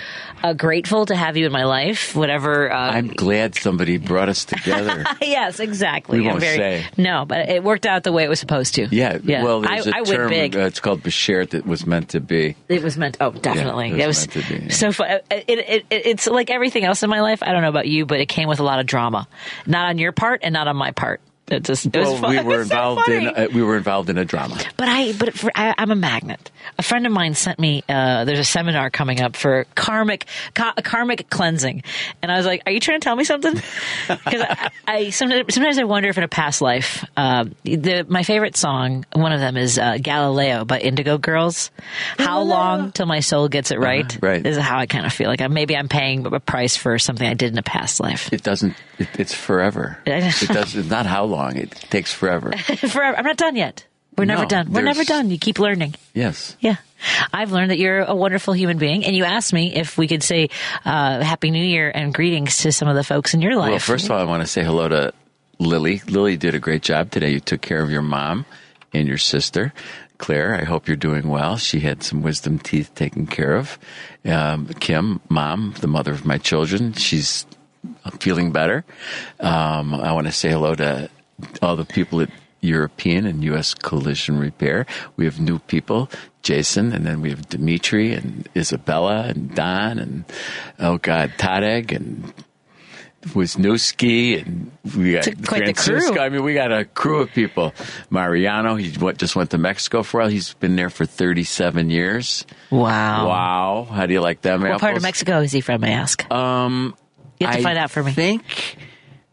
uh, grateful to have you in my life, whatever. Uh,
I'm glad somebody brought us together.
yes, exactly.
We
I'm
won't say.
No, but it worked out the way it was supposed to.
Yeah.
Yeah.
Well,
I-
there's a
I went
term.
big.
uh, it's called Bashert that was meant to be.
It was meant. Oh, definitely.
it
it
was
was,
meant to be, yeah.
so fun. It, it, it, it's like everything else in my life. I don't know about you, but it came with a lot of drama, not on your part and not on my part. It just it was
well,
fun.
we
It
were
was so
involved in
funny.
uh, we were involved in a drama.
But I, but for, I, I'm a magnet. A friend of mine sent me. Uh, there's a seminar coming up for karmic, ca- karmic cleansing, and I was like, "Are you trying to tell me something?" Because I, I sometimes, sometimes I wonder if in a past life, uh, the my favorite song, one of them is uh, Galileo by Indigo Girls. How long till my soul gets it right?
Uh-huh.
right is how I kind of feel like I, maybe I'm paying a price for something I did in a past life.
It doesn't. It, it's forever. it does. It's not how long. It takes forever.
Forever. I'm not done yet. We're never
No,
done. We're
there's-
never done. You keep learning.
Yes.
Yeah. I've learned that you're a wonderful human being, and you asked me if we could say uh, Happy New Year and greetings to some of the folks in your life.
Well, first of all, I want to say hello to Lily. Lily did a great job today. You took care of your mom and your sister. Claire, I hope you're doing well. She had some wisdom teeth taken care of. Um, Kim, mom, the mother of my children, she's feeling better. Um, I want to say hello to all the people at European and U.S. Collision Repair. We have new people, Jason, and then we have Dimitri and Isabella and Don and, oh God, Tadeg and Wisniewski and we got
Took quite the
Francisco.
crew.
I mean, we got a crew of people. Mariano, he went, just went to Mexico for a while. He's been there for 37 years.
Wow.
Wow. How do you like that,
what part of
apples?
Mexico is he from, may I ask?
Um,
You have to
I
find out for me.
think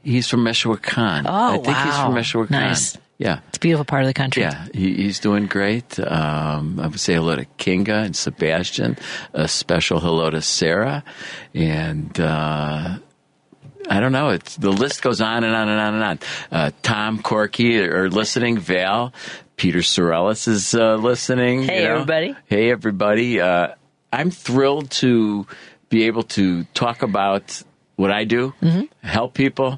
he's from Meshawakan.
Oh,
I think he's
wow.
from Meshawakan.
Nice.
Yeah. It's
a beautiful part of the country.
Yeah, he, he's doing great. Um, I would say hello to Kinga and Sebastian. A special hello to Sarah. And uh, I don't know. It's the list goes on and on and on and on. Uh, Tom Corky are listening. Val, Peter Sorellis is uh, listening.
Hey, everybody.
Hey, everybody. Uh, I'm thrilled to be able to talk about what I do,
mm-hmm.
help people,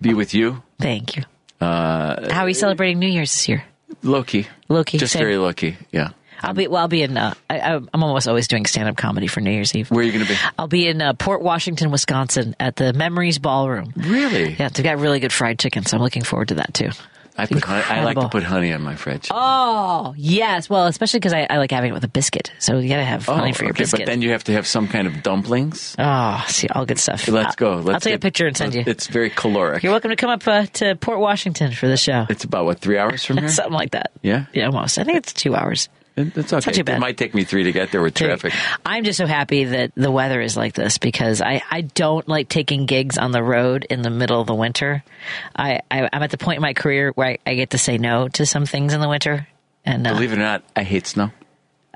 be with you.
Thank you.
Uh,
How are you celebrating New Year's this year?
Loki.
Loki.
Just
same.
very Loki. Yeah.
I'll be well. I'll be in. Uh, I, I'm almost always doing stand up comedy for New Year's Eve. Where
are you going to be?
I'll be in uh, Port Washington, Wisconsin, at the Memories Ballroom.
Really?
Yeah, they've got really good fried chicken, so I'm looking forward to that too.
I, put, honey- I like to
Incredible.
put honey on my fried chicken.
Oh yes, well, especially because I, I like having it with a biscuit, so you gotta have honey for
Oh,
your
okay,
biscuit.
but then you have to have some kind of dumplings.
Oh, see, all good stuff.
Let's go. Let's
I'll take a picture and send you.
It's very caloric.
You're welcome to come up uh, to Port Washington for the show.
It's about what three hours from here?
Something like that.
Yeah,
yeah, almost. I think it's two hours.
It's okay.
Not too
It
bad.
might take me three to get there with traffic.
I'm just so happy that the weather is like this because I, I don't like taking gigs on the road in the middle of the winter. I, I I'm at the point in my career where I, I get to say no to some things in the winter. And uh,
Believe it or not, I hate snow.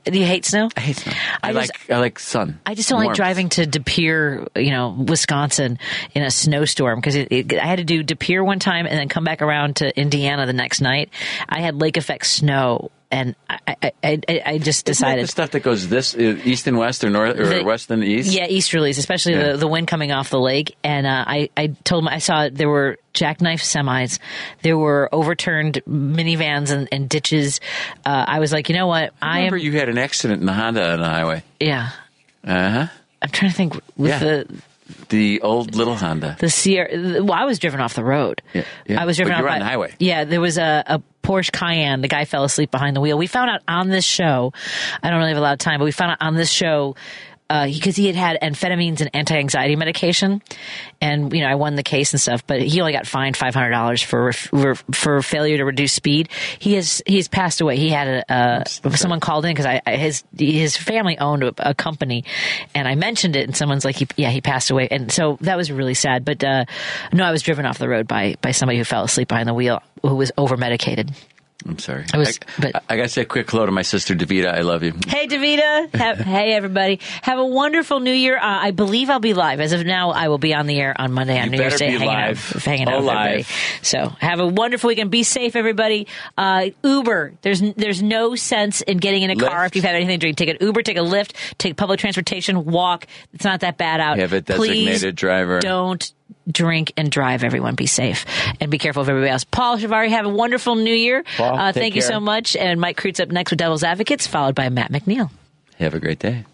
do you hate snow?
I hate snow. I,
I,
like
just,
I like sun.
I just don't like
Warmth.
driving to De Pere, you know, Wisconsin in a snowstorm because it, it, I had to do De Pere one time and then come back around to Indiana the next night. I had lake effect snow, and I I, I, I- I just
Isn't that
decided
the stuff that goes this uh, east and west or north or
The-
west and east.
Yeah, easterlies, especially
Yeah.
the, the wind coming off the lake. And uh, I, I told him I saw there were jackknife semis, there were overturned minivans and, and ditches. Uh, I was like, you know what?
I
I, am.
remember you had an accident in the Honda on the highway.
yeah,
Uh huh.
I'm trying to think with
Yeah.
the
The old little Honda.
the Sierra. Well, I was driven off the road.
Yeah, yeah.
I was driven
But you
off
were on
by-
the highway.
Yeah, there was a, a Porsche Cayenne. The guy fell asleep behind the wheel. We found out on this show. I don't really have a lot of time, but we found out on this show because he had had amphetamines and anti-anxiety medication, and you know I won the case and stuff. But he only got fined five hundred dollars for ref- ref- for failure to reduce speed. He has he's passed away. He had a uh, someone called in because I, I his his family owned a, a company, and I mentioned it, and someone's like, he, yeah, he passed away, and so that was really sad. But uh, no, I was driven off the road by by somebody who fell asleep behind the wheel who was over medicated.
I'm sorry.
I was-
I, I gotta say a quick hello to my sister Davita. I love you.
Hey, Davita. Have, hey, everybody. Have a wonderful New Year. Uh, I believe I'll be live. As of now, I will be on the air on Monday on
You
New Year's
better
Day,
be
hanging
live.
out, hanging out with
Alive.
everybody. So have a wonderful weekend. Be safe, everybody. Uh, Uber. There's n- there's no sense in getting in a car if you've had anything to drink. Take an Uber, take a Lyft, take public transportation, walk. It's not that bad out.
Have a
Please
designated driver.
Don't drink and drive. Everyone, be safe and be careful of everybody else. Paul Shavari, have a wonderful New Year.
Paul,
uh,
take
thank you
care.
so much. And Mike Crute's up next with Devil's Advocates, followed by Matt McNeil.
Have a great day.